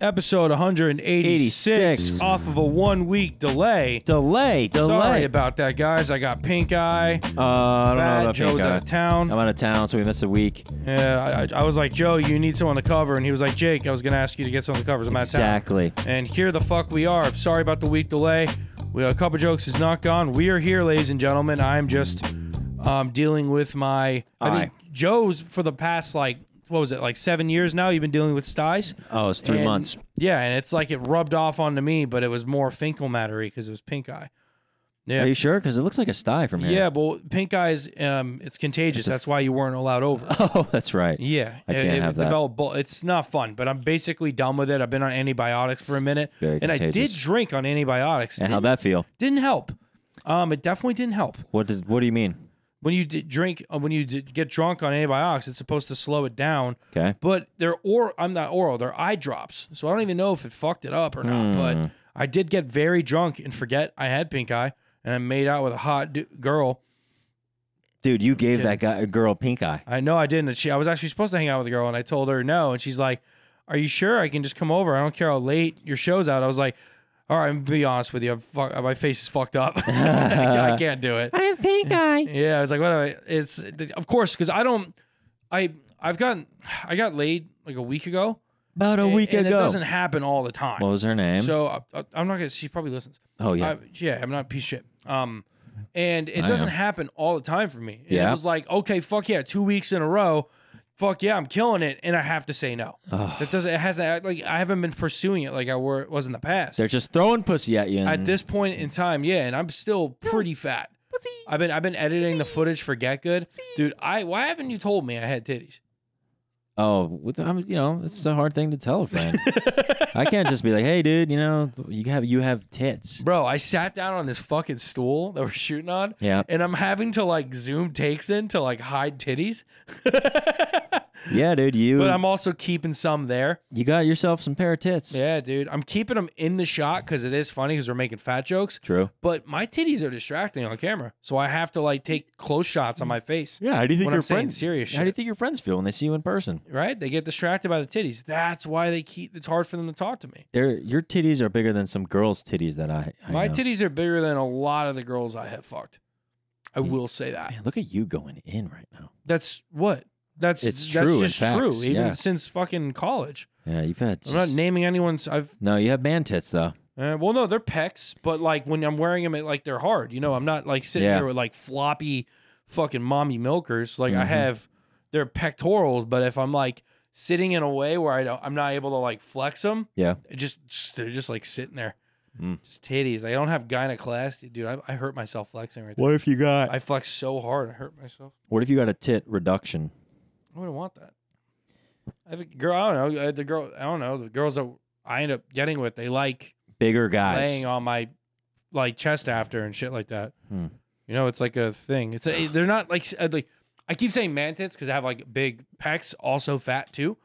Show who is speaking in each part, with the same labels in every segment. Speaker 1: episode 186
Speaker 2: 86.
Speaker 1: off of a one week delay.
Speaker 2: Delay, delay.
Speaker 1: Sorry about that, guys. I got pink eye.
Speaker 2: uh, I don't know
Speaker 1: Fat.
Speaker 2: about
Speaker 1: Joe's
Speaker 2: pink eye.
Speaker 1: out of town.
Speaker 2: I'm out of town, so we missed a week.
Speaker 1: Yeah, I, I was like, Joe, you need someone to cover. And he was like, Jake, I was going to ask you to get someone to cover. so I'm out of town.
Speaker 2: Exactly.
Speaker 1: And here the fuck we are. Sorry about the week delay. We, a couple jokes is not gone. We are here, ladies and gentlemen. I'm just um, dealing with my. I think Joe's for the past, like, what was it, like seven years now? You've been dealing with styes?
Speaker 2: Oh, it's three
Speaker 1: And-
Speaker 2: months.
Speaker 1: Yeah, and it's like it rubbed off onto me, but it was more Finkel mattery because it was pink eye. Yeah.
Speaker 2: Are you sure? Because it looks like a sty from here.
Speaker 1: Yeah, but pink eyes, um, it's contagious. That's why you weren't allowed over.
Speaker 2: Oh, that's right.
Speaker 1: Yeah,
Speaker 2: I can't
Speaker 1: it, it
Speaker 2: have that.
Speaker 1: developed bul- It's not fun, but I'm basically done with it. I've been on antibiotics for a minute,
Speaker 2: very
Speaker 1: and I did
Speaker 2: contagious.
Speaker 1: drink on antibiotics.
Speaker 2: And
Speaker 1: Didn't,
Speaker 2: how'd that feel?
Speaker 1: didn't help. Um, it definitely didn't help.
Speaker 2: What did? What do you mean?
Speaker 1: When you d- drink, uh, when you d- get drunk on antibiotics, it's supposed to slow it down.
Speaker 2: Okay.
Speaker 1: But they're or I'm not oral. They're eye drops, so I don't even know if it fucked it up or not. But
Speaker 2: Hmm.
Speaker 1: I did get very drunk and forget I had pink eye, and I made out with a hot du- girl.
Speaker 2: Dude, you gave that guy girl pink eye.
Speaker 1: I know I didn't. She, I was actually supposed to hang out with a girl, and I told her no, and she's like, "Are you sure I can just come over? I don't care how late your show's out." I was like, "All right, I'm gonna be honest with you. I'm fuck, my face is fucked up. I can't do it."
Speaker 2: I have pink eye.
Speaker 1: Yeah, I was like, "What?" do I, it's of course because I don't. I I've gotten I got laid like a week ago.
Speaker 2: About a week
Speaker 1: and
Speaker 2: ago.
Speaker 1: It doesn't happen all the time.
Speaker 2: what was her name?
Speaker 1: so I, I, I'm not gonna. She probably listens.
Speaker 2: oh yeah.
Speaker 1: I, yeah, I'm not a piece of shit. Um, and it
Speaker 2: I
Speaker 1: doesn't
Speaker 2: am.
Speaker 1: happen all the time for me. It
Speaker 2: Yeah.
Speaker 1: was like, okay, fuck yeah, two weeks in a row, fuck yeah, I'm killing it, and I have to say no.
Speaker 2: Ugh.
Speaker 1: That doesn't. It hasn't. Like I haven't been pursuing it like I were, was in the past.
Speaker 2: They're just throwing pussy at you.
Speaker 1: At
Speaker 2: and-
Speaker 1: this point in time, yeah, and I'm still pretty fat. I've been I've been editing the footage for Get Good, dude. I why haven't you told me I had titties?
Speaker 2: Oh, with, I'm, you know, it's a hard thing to tell a friend. I can't just be like, "Hey, dude, you know, you have you have tits."
Speaker 1: Bro, I sat down on this fucking stool that we're shooting on,
Speaker 2: Yeah,
Speaker 1: and I'm having to like zoom takes in to like hide titties.
Speaker 2: yeah, dude, you
Speaker 1: But I'm also keeping some there.
Speaker 2: you got yourself some pair of tits.
Speaker 1: Yeah, dude. I'm keeping them in the shot because it is funny because we're making fat jokes.
Speaker 2: True.
Speaker 1: But my titties are distracting on camera, so I have to like take close shots on my face.
Speaker 2: Yeah. How do you
Speaker 1: When I'm saying serious
Speaker 2: How do you
Speaker 1: shit.
Speaker 2: think your friends feel when they see you in person?
Speaker 1: Right? They get distracted by the titties. That's why they keep. It's hard for them to talk to me.
Speaker 2: They're, your titties are bigger than some girls' titties that I. I
Speaker 1: my
Speaker 2: know.
Speaker 1: titties are bigger than a lot of the girls I have fucked. I will say that.
Speaker 2: Man, look at you going in right now.
Speaker 1: That's what. That's
Speaker 2: It's
Speaker 1: that's
Speaker 2: true, in
Speaker 1: just
Speaker 2: facts,
Speaker 1: true. Even
Speaker 2: yeah.
Speaker 1: since fucking college,
Speaker 2: Yeah, you've had.
Speaker 1: I'm not
Speaker 2: just-
Speaker 1: naming anyone's. I've
Speaker 2: no, you have man tits though.
Speaker 1: Uh, well, no, they're pecs, but like when I'm wearing them, it, like they're hard. You know, I'm not like sitting
Speaker 2: Yeah.
Speaker 1: there with like floppy fucking mommy milkers. Like I
Speaker 2: Mhm.
Speaker 1: have, they're pectorals, but if I'm like sitting in a way where I don't, I'm not able to like flex them.
Speaker 2: Yeah.
Speaker 1: It just, just- they're just like sitting there,
Speaker 2: Mm.
Speaker 1: just titties. I don't have gyneclasty, dude. I, I hurt myself flexing right there.
Speaker 2: What if you got?
Speaker 1: I flex so hard, I hurt myself.
Speaker 2: What if you got a tit reduction?
Speaker 1: I wouldn't want that. I have a girl. I don't know uh, the girl. I don't know the girls that I end up getting with. They like
Speaker 2: Bigger guys.
Speaker 1: laying on my like chest after and shit like that.
Speaker 2: Hmm.
Speaker 1: You know, it's like a thing. It's a, they're not like uh, like I keep saying man tits because I have like big pecs, also fat too.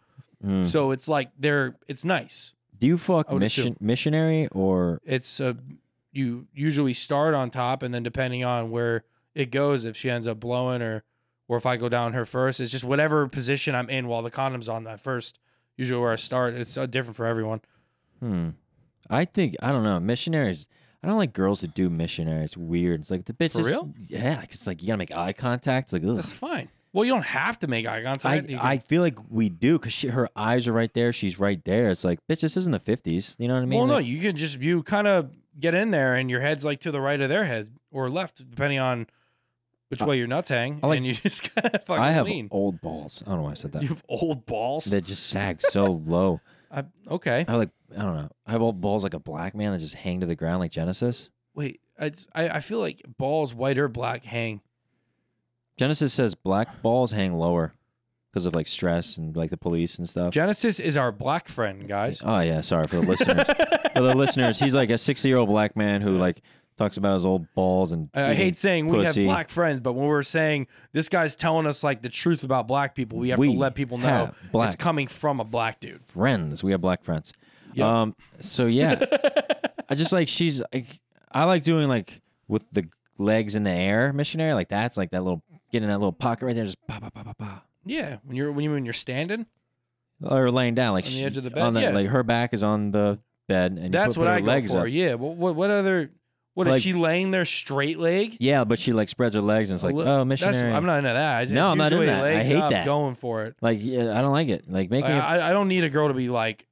Speaker 2: Mm.
Speaker 1: So it's like they're it's nice.
Speaker 2: Do you fuck
Speaker 1: I would
Speaker 2: mission,
Speaker 1: assume.
Speaker 2: missionary or
Speaker 1: It's uh you usually start on top and then depending on where it goes, if she ends up blowing or or if I go down her first, it's just whatever position I'm in while the condom's on that first. Usually where I start, it's uh, different for everyone.
Speaker 2: Hmm. I think I don't know missionaries. I don't like girls that do missionary. It's weird. It's like the bitch.
Speaker 1: For
Speaker 2: is-
Speaker 1: real?
Speaker 2: Yeah. 'cause It's like you gotta make eye contact. It's like ugh.
Speaker 1: That's fine. Well, you don't have to make eye contact. You
Speaker 2: I
Speaker 1: can-
Speaker 2: I feel like we do because her eyes are right there. She's right there. It's like bitch. This isn't the fifties. You know what I mean?
Speaker 1: well, no,
Speaker 2: Like,
Speaker 1: you can just you kind of get in there, and your head's like to the right of their head or left, depending on which way your nuts hang,
Speaker 2: I like-
Speaker 1: and you just kind of fucking
Speaker 2: I have
Speaker 1: lean.
Speaker 2: old balls. I don't know why I said that.
Speaker 1: You have old balls.
Speaker 2: That just sag so low.
Speaker 1: I, okay,
Speaker 2: I like. I don't know. I have old balls like a black man that just hang to the ground like Genesis.
Speaker 1: wait. It's, I I feel like balls white or black hang.
Speaker 2: Genesis says black balls hang lower because of like stress and like the police and stuff.
Speaker 1: Genesis is our black friend, guys.
Speaker 2: Oh yeah, sorry for the listeners. for the listeners, he's like a sixty-year-old black man who like talks about his old balls and.
Speaker 1: I I
Speaker 2: eating
Speaker 1: hate saying we have
Speaker 2: pussy.
Speaker 1: black friends, but when we're saying this guy's telling us like the truth about black people, we have
Speaker 2: We
Speaker 1: to let people know
Speaker 2: have black-
Speaker 1: it's coming from a black dude.
Speaker 2: friends. We have black friends.
Speaker 1: Yeah.
Speaker 2: Um. So yeah, I just like she's. Like, I like doing like with the legs in the air, missionary. Like that's like that little get in that little pocket right there, just pa pa pa pa pa.
Speaker 1: Yeah, when you're when you when you're standing,
Speaker 2: or laying down, like
Speaker 1: On the
Speaker 2: she-
Speaker 1: edge of the bed,
Speaker 2: on
Speaker 1: yeah.
Speaker 2: like her back is on the bed, and you
Speaker 1: That's
Speaker 2: put-
Speaker 1: what
Speaker 2: put her
Speaker 1: I go
Speaker 2: legs
Speaker 1: for.
Speaker 2: Up.
Speaker 1: Yeah. What, what, what other? What is
Speaker 2: Like-
Speaker 1: she laying there straight leg?
Speaker 2: Yeah, but she like spreads her legs and it's like,
Speaker 1: Well,
Speaker 2: oh,
Speaker 1: That's,
Speaker 2: missionary.
Speaker 1: I'm not into that. It's,
Speaker 2: No,
Speaker 1: it's
Speaker 2: I'm not into
Speaker 1: usually
Speaker 2: that. I
Speaker 1: legs
Speaker 2: hate
Speaker 1: up,
Speaker 2: that.
Speaker 1: Going for it.
Speaker 2: like, yeah, I don't like it. Like, make me.
Speaker 1: I, I, I don't need a girl to be like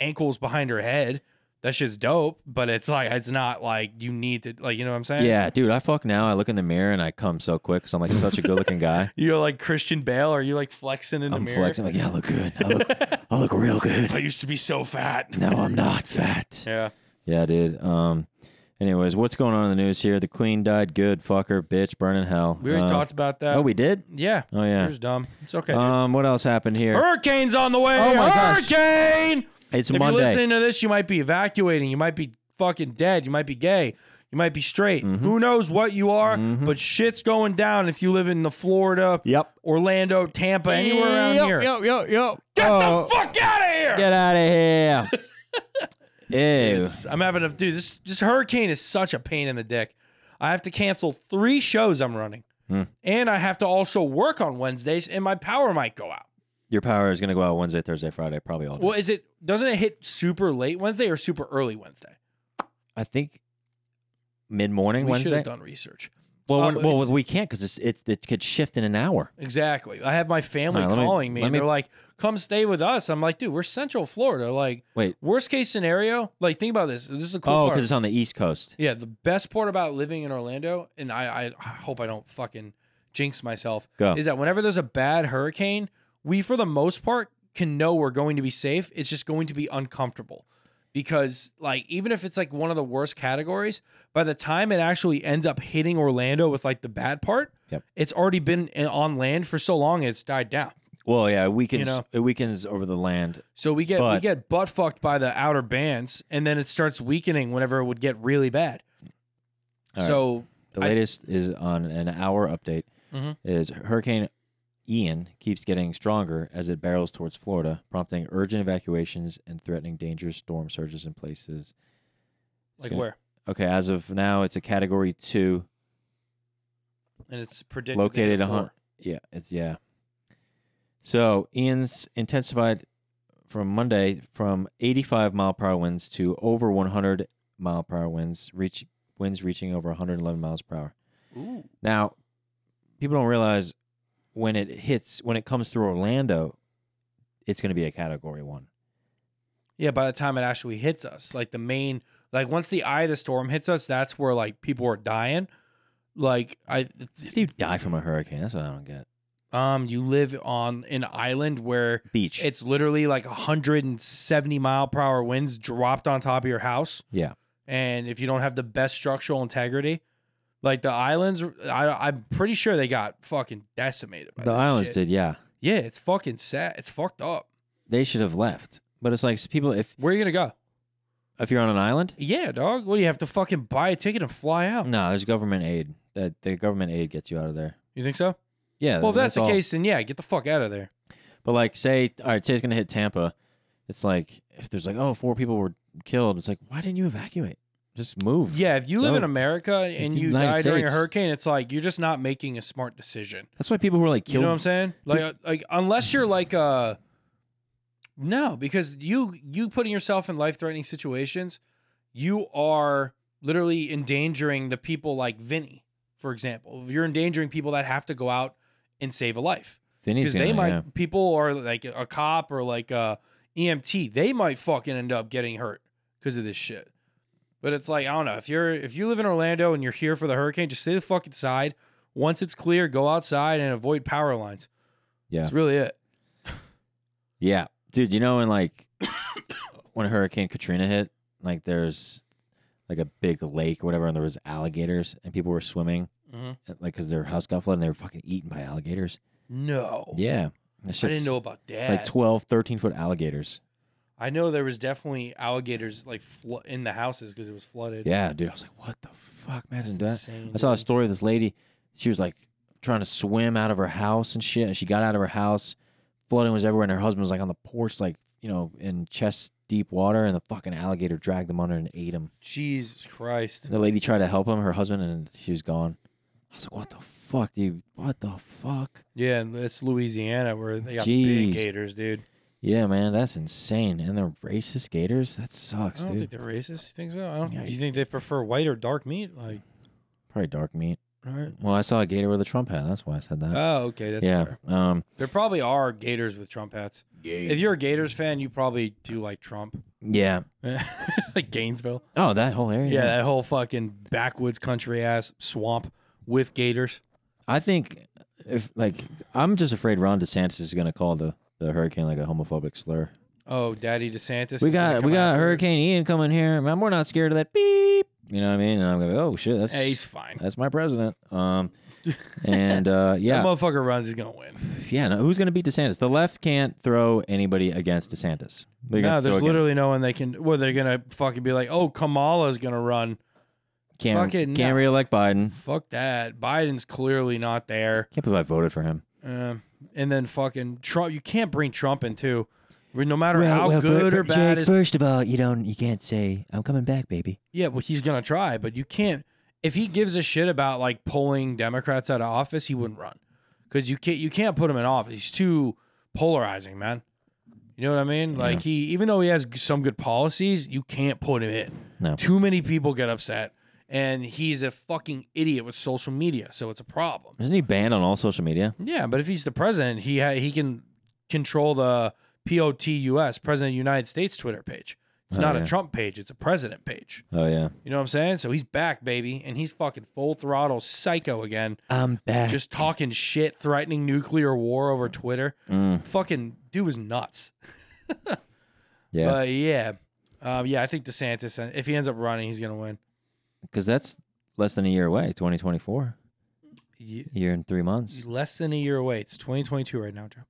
Speaker 1: ankles behind her head. That shit's dope, but it's like it's not like you need to like you know what I'm saying?
Speaker 2: yeah, dude, I fuck now. I look in the mirror and I come so quick because I'm like such a good looking guy.
Speaker 1: You're like Christian Bale. Are you like flexing in the
Speaker 2: I'm
Speaker 1: mirror?
Speaker 2: flexing. Like, yeah, I look good. I look, I look
Speaker 1: I
Speaker 2: real good.
Speaker 1: used to be so fat.
Speaker 2: No, I'm not fat.
Speaker 1: Yeah.
Speaker 2: Yeah, dude. Um, anyways, what's going on in the news here? The queen died. Good fucker, bitch, burning hell.
Speaker 1: We already
Speaker 2: Uh,
Speaker 1: talked about that.
Speaker 2: Oh, we did.
Speaker 1: yeah.
Speaker 2: Oh yeah.
Speaker 1: Here's dumb. It's okay. dude.
Speaker 2: Um, what else happened here?
Speaker 1: Hurricane's on the way.
Speaker 2: Oh my gosh.
Speaker 1: Hurricane.
Speaker 2: It's
Speaker 1: if you're
Speaker 2: Monday.
Speaker 1: listening to this, you might be evacuating. You might be fucking dead. You might be gay. You might be straight.
Speaker 2: Mm-hmm.
Speaker 1: Who knows what you are? But shit's going down if you live in the Florida,
Speaker 2: Yep.
Speaker 1: Orlando, Tampa, anywhere around here.
Speaker 2: Yo, yo, yo.
Speaker 1: Get the fuck out of here!
Speaker 2: Oh, Get out of here. Ew.
Speaker 1: It's- I'm having a dude. This this hurricane is such a pain in the dick. I have to cancel three shows I'm running,
Speaker 2: Hmm.
Speaker 1: and I have to also work on Wednesdays, and my power might go out.
Speaker 2: Your power is gonna go out Wednesday, Thursday, Friday, probably all. day.
Speaker 1: Well, is it? Doesn't it hit super late Wednesday or super early Wednesday?
Speaker 2: I think mid morning
Speaker 1: We should
Speaker 2: Wednesday.
Speaker 1: have done research.
Speaker 2: Well,
Speaker 1: um,
Speaker 2: when- well,
Speaker 1: it's-
Speaker 2: we can't because it's it, it could shift in an hour.
Speaker 1: Exactly. I have my family
Speaker 2: All right, let me-
Speaker 1: calling me,
Speaker 2: let
Speaker 1: and
Speaker 2: me-
Speaker 1: they're like, "Come stay with us." I'm like, "Dude, we're Central Florida. Like,
Speaker 2: Wait.
Speaker 1: worst case scenario. Like, think about this. This is the cool
Speaker 2: Oh,
Speaker 1: part.
Speaker 2: because it's on the East Coast.
Speaker 1: Yeah, the best part about living in Orlando, and I, I I hope I don't fucking jinx myself,
Speaker 2: Go.
Speaker 1: is that whenever there's a bad hurricane, we for the most part can know we're going to be safe. It's just going to be uncomfortable. Because like even if it's like one of the worst categories, by the time it actually ends up hitting Orlando with like the bad part,
Speaker 2: Yep.
Speaker 1: it's already been in- on land for so long it's died down.
Speaker 2: Well, yeah, it weakens.
Speaker 1: know.
Speaker 2: It weakens over the land.
Speaker 1: So we get we
Speaker 2: But-
Speaker 1: get butt fucked by the outer bands, and then it starts weakening whenever it would get really bad.
Speaker 2: All right.
Speaker 1: so
Speaker 2: The
Speaker 1: I-
Speaker 2: latest is on an hour update.
Speaker 1: Mhm.
Speaker 2: Is Hurricane Ian keeps getting stronger as it barrels towards Florida, prompting urgent evacuations and threatening dangerous storm surges in places. It's
Speaker 1: like
Speaker 2: gonna-
Speaker 1: where?
Speaker 2: Okay, as of now, it's a Category Two,
Speaker 1: and it's predicted
Speaker 2: located a
Speaker 1: at
Speaker 2: hun- Yeah, it's yeah. So Ian's intensified from Monday from 85 mile per hour winds to over 100 mile per hour winds, reach winds reaching over 111 miles per hour.
Speaker 1: Ooh.
Speaker 2: Now, people don't realize when it hits, when it comes through Orlando, it's going to be a category one.
Speaker 1: Yeah, by the time it actually hits us, like the main, like once the eye of the storm hits us, that's where like people are dying. Like I,
Speaker 2: How do you die from a hurricane? That's what I don't get.
Speaker 1: um, you live on an island where
Speaker 2: Beach.
Speaker 1: it's literally like 170 mile per hour winds dropped on top of your house,
Speaker 2: yeah.
Speaker 1: and if you don't have the best structural integrity, like the islands, I, I'm pretty sure they got fucking decimated. By
Speaker 2: The
Speaker 1: this
Speaker 2: islands
Speaker 1: shit.
Speaker 2: did, yeah.
Speaker 1: Yeah, it's fucking sad. It's fucked up.
Speaker 2: They should have left. But it's like people, if
Speaker 1: Where are you gonna go?
Speaker 2: if you're on an island,
Speaker 1: Yeah, dog. What do you have to fucking buy a ticket and fly out?
Speaker 2: no, there's government aid. That the government aid gets you out of there.
Speaker 1: You think so?
Speaker 2: Yeah.
Speaker 1: Well, if that's, the
Speaker 2: all.
Speaker 1: case, then yeah, get the fuck out of there.
Speaker 2: But like, say, all right, say it's gonna hit Tampa. It's like if there's like, oh, four people were killed. It's like, why didn't you evacuate? Just move.
Speaker 1: Yeah, if you live in
Speaker 2: No.
Speaker 1: America and
Speaker 2: the
Speaker 1: you
Speaker 2: United
Speaker 1: die during a
Speaker 2: States.
Speaker 1: hurricane, it's like you're just not making a smart decision.
Speaker 2: That's why people were like
Speaker 1: You
Speaker 2: killed.
Speaker 1: know what I'm saying? Like, uh, like unless you're like uh no, because you you putting yourself in life threatening situations, you are literally endangering the people like Vinny, for example. You're endangering people that have to go out and save a life.
Speaker 2: Vinny's
Speaker 1: because they
Speaker 2: gonna-
Speaker 1: might
Speaker 2: yeah.
Speaker 1: people are like a cop or like a EMT. They might fucking end up getting hurt because of this shit. But it's like I don't know if you're if you live in Orlando and you're here for the hurricane, just stay the fuck inside. Once it's clear, go outside and avoid power lines.
Speaker 2: Yeah.
Speaker 1: That's really it.
Speaker 2: Yeah, dude. You know, when like when Hurricane Katrina hit, like there's like a big lake or whatever, and there was alligators, and people were swimming, uh, like because their house got flooded, and they were fucking eaten by alligators.
Speaker 1: No,
Speaker 2: Yeah, it's
Speaker 1: Oh, I
Speaker 2: just
Speaker 1: didn't know about that.
Speaker 2: like 12, 13 foot alligators.
Speaker 1: I know there was definitely alligators like flo- in the houses because it was flooded.
Speaker 2: Yeah, dude. I was like, what the fuck? Imagine
Speaker 1: That's
Speaker 2: that.
Speaker 1: insane,
Speaker 2: I saw a
Speaker 1: dude.
Speaker 2: story of this lady. She was like trying to swim out of her house and shit. And she got out of her house. Flooding was everywhere. And her husband was like on the porch, like, you know, in chest deep water. And the fucking alligator dragged them under and ate him.
Speaker 1: Jesus Christ.
Speaker 2: The lady tried to help him, her husband, and she was gone. I was like, what the fuck, dude? What the fuck?
Speaker 1: Yeah, and it's Louisiana where they got
Speaker 2: Jeez.
Speaker 1: big gators, dude.
Speaker 2: Yeah, man, that's insane. And they're racist gators. That
Speaker 1: I
Speaker 2: sucks,
Speaker 1: don't
Speaker 2: dude.
Speaker 1: think they're racist. You think so? I don't.
Speaker 2: Yeah,
Speaker 1: do you
Speaker 2: you-
Speaker 1: think they prefer white or dark meat? Like,
Speaker 2: Probably dark meat.
Speaker 1: all right.
Speaker 2: Well, I saw a gator with a Trump hat. That's why I said that.
Speaker 1: Oh, okay, that's
Speaker 2: yeah.
Speaker 1: fair.
Speaker 2: Um.
Speaker 1: There probably are Gators with Trump hats. If you're a Gators fan, you probably do like Trump,
Speaker 2: Yeah.
Speaker 1: like Gainesville.
Speaker 2: Oh, that whole area.
Speaker 1: Yeah, that whole fucking backwoods country ass swamp with Gators.
Speaker 2: I think if like I'm just afraid Ron DeSantis is gonna call the the hurricane like a homophobic slur.
Speaker 1: Oh, Daddy DeSantis.
Speaker 2: we
Speaker 1: is gonna
Speaker 2: got
Speaker 1: come
Speaker 2: we got
Speaker 1: after me.
Speaker 2: Hurricane Ian coming here, man. We're not scared of that beep. You know what I mean? And I'm gonna be, oh shit, that's
Speaker 1: Yeah, he's fine.
Speaker 2: that's my president. Um, and uh, yeah,
Speaker 1: That motherfucker runs, he's gonna win.
Speaker 2: yeah. No, who's gonna beat DeSantis? The left can't throw anybody against DeSantis. They're gonna
Speaker 1: No,
Speaker 2: have to
Speaker 1: there's
Speaker 2: throw against-
Speaker 1: literally no one they can. Well, they're gonna fucking be like, "Oh, Kamala's gonna run."
Speaker 2: can't
Speaker 1: fucking no.
Speaker 2: can't reelect Biden.
Speaker 1: Fuck that. Biden's clearly not there.
Speaker 2: Can't believe I voted for him.
Speaker 1: Um, and then fucking Trump. You can't bring Trump into. No matter
Speaker 2: Well,
Speaker 1: how
Speaker 2: well, fir-
Speaker 1: good
Speaker 2: fir-
Speaker 1: or bad
Speaker 2: Jake,
Speaker 1: his
Speaker 2: first of all, you don't you can't say I'm coming back, baby.
Speaker 1: Yeah, well, he's gonna try, but you can't. If he gives a shit about like pulling Democrats out of office, he wouldn't run because you can't. You can't put him in office. He's too polarizing, man. You know what I mean? Like he, even though he has g- some good policies, you can't put him in.
Speaker 2: No.
Speaker 1: Too many people get upset, and he's a fucking idiot with social media, so it's a problem.
Speaker 2: Isn't he banned on all social media?
Speaker 1: Yeah, but if he's the president, he ha- he can control the POTUS, President of the United States Twitter page. It's
Speaker 2: Oh,
Speaker 1: not
Speaker 2: yeah.
Speaker 1: a Trump page; it's a president page.
Speaker 2: Oh yeah,
Speaker 1: You know what I'm saying? So he's back, baby, and he's fucking full throttle psycho again,
Speaker 2: I'm back.
Speaker 1: just talking shit, threatening nuclear war over Twitter.
Speaker 2: Mm.
Speaker 1: Fucking dude was nuts.
Speaker 2: yeah.
Speaker 1: But yeah, um, yeah, I think DeSantis, uh, if he ends up running, he's gonna win.
Speaker 2: because that's less than a year away 2024
Speaker 1: Ye-
Speaker 2: year and three months
Speaker 1: Less than a year away. It's 2022 right now, Joe.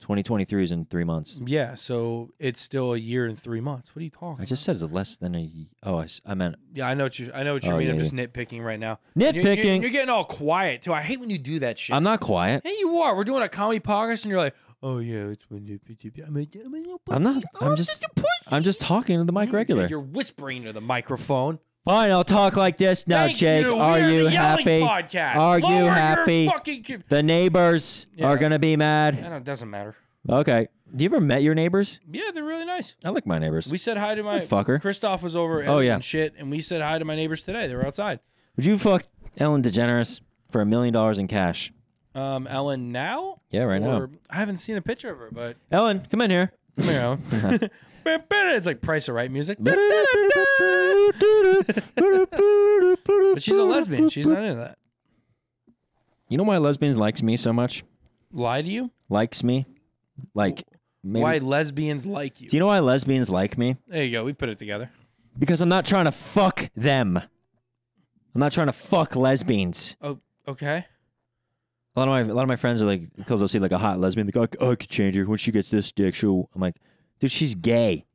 Speaker 2: 2023 is in three months
Speaker 1: Yeah, so it's still a year and three months. What are you talking?
Speaker 2: i just said it's less than a y- oh i, s- I meant
Speaker 1: about? yeah, I know what you, I know what you
Speaker 2: Oh,
Speaker 1: mean. I'm
Speaker 2: yeah,
Speaker 1: just nitpicking right now. You're- you're-
Speaker 2: nitpicking
Speaker 1: You're, getting all quiet too. I hate when you do that shit.
Speaker 2: i'm not quiet
Speaker 1: Hey, you are. We're doing a comedy podcast, and you're like, "Oh yeah, it's when you- I'm like, I'm like, oh,
Speaker 2: i'm not i'm just i'm just talking to the mic regular
Speaker 1: You're whispering to the microphone.
Speaker 2: fine i'll talk like this now
Speaker 1: Thank
Speaker 2: jake
Speaker 1: you.
Speaker 2: are
Speaker 1: We're the
Speaker 2: you
Speaker 1: Yelling
Speaker 2: happy
Speaker 1: Podcast.
Speaker 2: are you
Speaker 1: Lower your
Speaker 2: happy
Speaker 1: fucking com-
Speaker 2: the neighbors
Speaker 1: Yeah.
Speaker 2: are gonna be
Speaker 1: I
Speaker 2: mad
Speaker 1: know, it doesn't matter.
Speaker 2: okay do you ever met your neighbors
Speaker 1: Yeah, they're really nice.
Speaker 2: i like my neighbors
Speaker 1: We said hi to my
Speaker 2: fucker.
Speaker 1: Christoph was over.
Speaker 2: Oh,
Speaker 1: and-
Speaker 2: yeah.
Speaker 1: and shit, and we said hi to my neighbors today. They were outside.
Speaker 2: would you fuck ellen degeneres for a million dollars in cash
Speaker 1: Um, Ellen now.
Speaker 2: Yeah, right now.
Speaker 1: or, I haven't seen a picture of her, but
Speaker 2: ellen come in here
Speaker 1: you know, it's like Price of Right music. But
Speaker 2: but
Speaker 1: she's a lesbian. She's not into that.
Speaker 2: You know why lesbians likes me so much?
Speaker 1: Lie to you?
Speaker 2: Likes me, like maybe.
Speaker 1: Why lesbians like you?
Speaker 2: Do you know why lesbians like me?
Speaker 1: There you go. We put it together.
Speaker 2: Because I'm not trying to fuck them. I'm not trying to fuck lesbians.
Speaker 1: Oh, okay.
Speaker 2: A lot of my a lot of my friends are like, because they'll see like a hot lesbian, they go, oh, I could change her when she gets this dick. She'll. I'm like, dude, she's gay.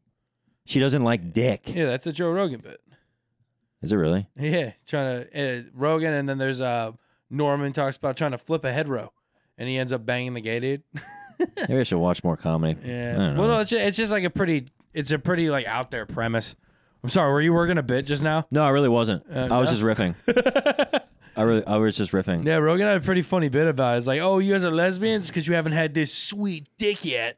Speaker 2: She doesn't like dick.
Speaker 1: Yeah, that's a Joe Rogan bit.
Speaker 2: Is it really?
Speaker 1: Yeah, trying to uh, Rogan, and then there's uh Norman talks about trying to flip a head row, and he ends up banging the gay dude.
Speaker 2: Maybe I should watch more comedy. I
Speaker 1: Yeah.
Speaker 2: don't know.
Speaker 1: Well, no, it's just, it's just like a pretty, it's a pretty like out there premise. I'm sorry, were you working a bit just now?
Speaker 2: No, I really wasn't.
Speaker 1: Uh,
Speaker 2: I was
Speaker 1: no?
Speaker 2: just riffing. I really, I was just riffing.
Speaker 1: Yeah, Rogan had a pretty funny bit about it. It's like, oh, you guys are lesbians because you haven't had this sweet dick yet.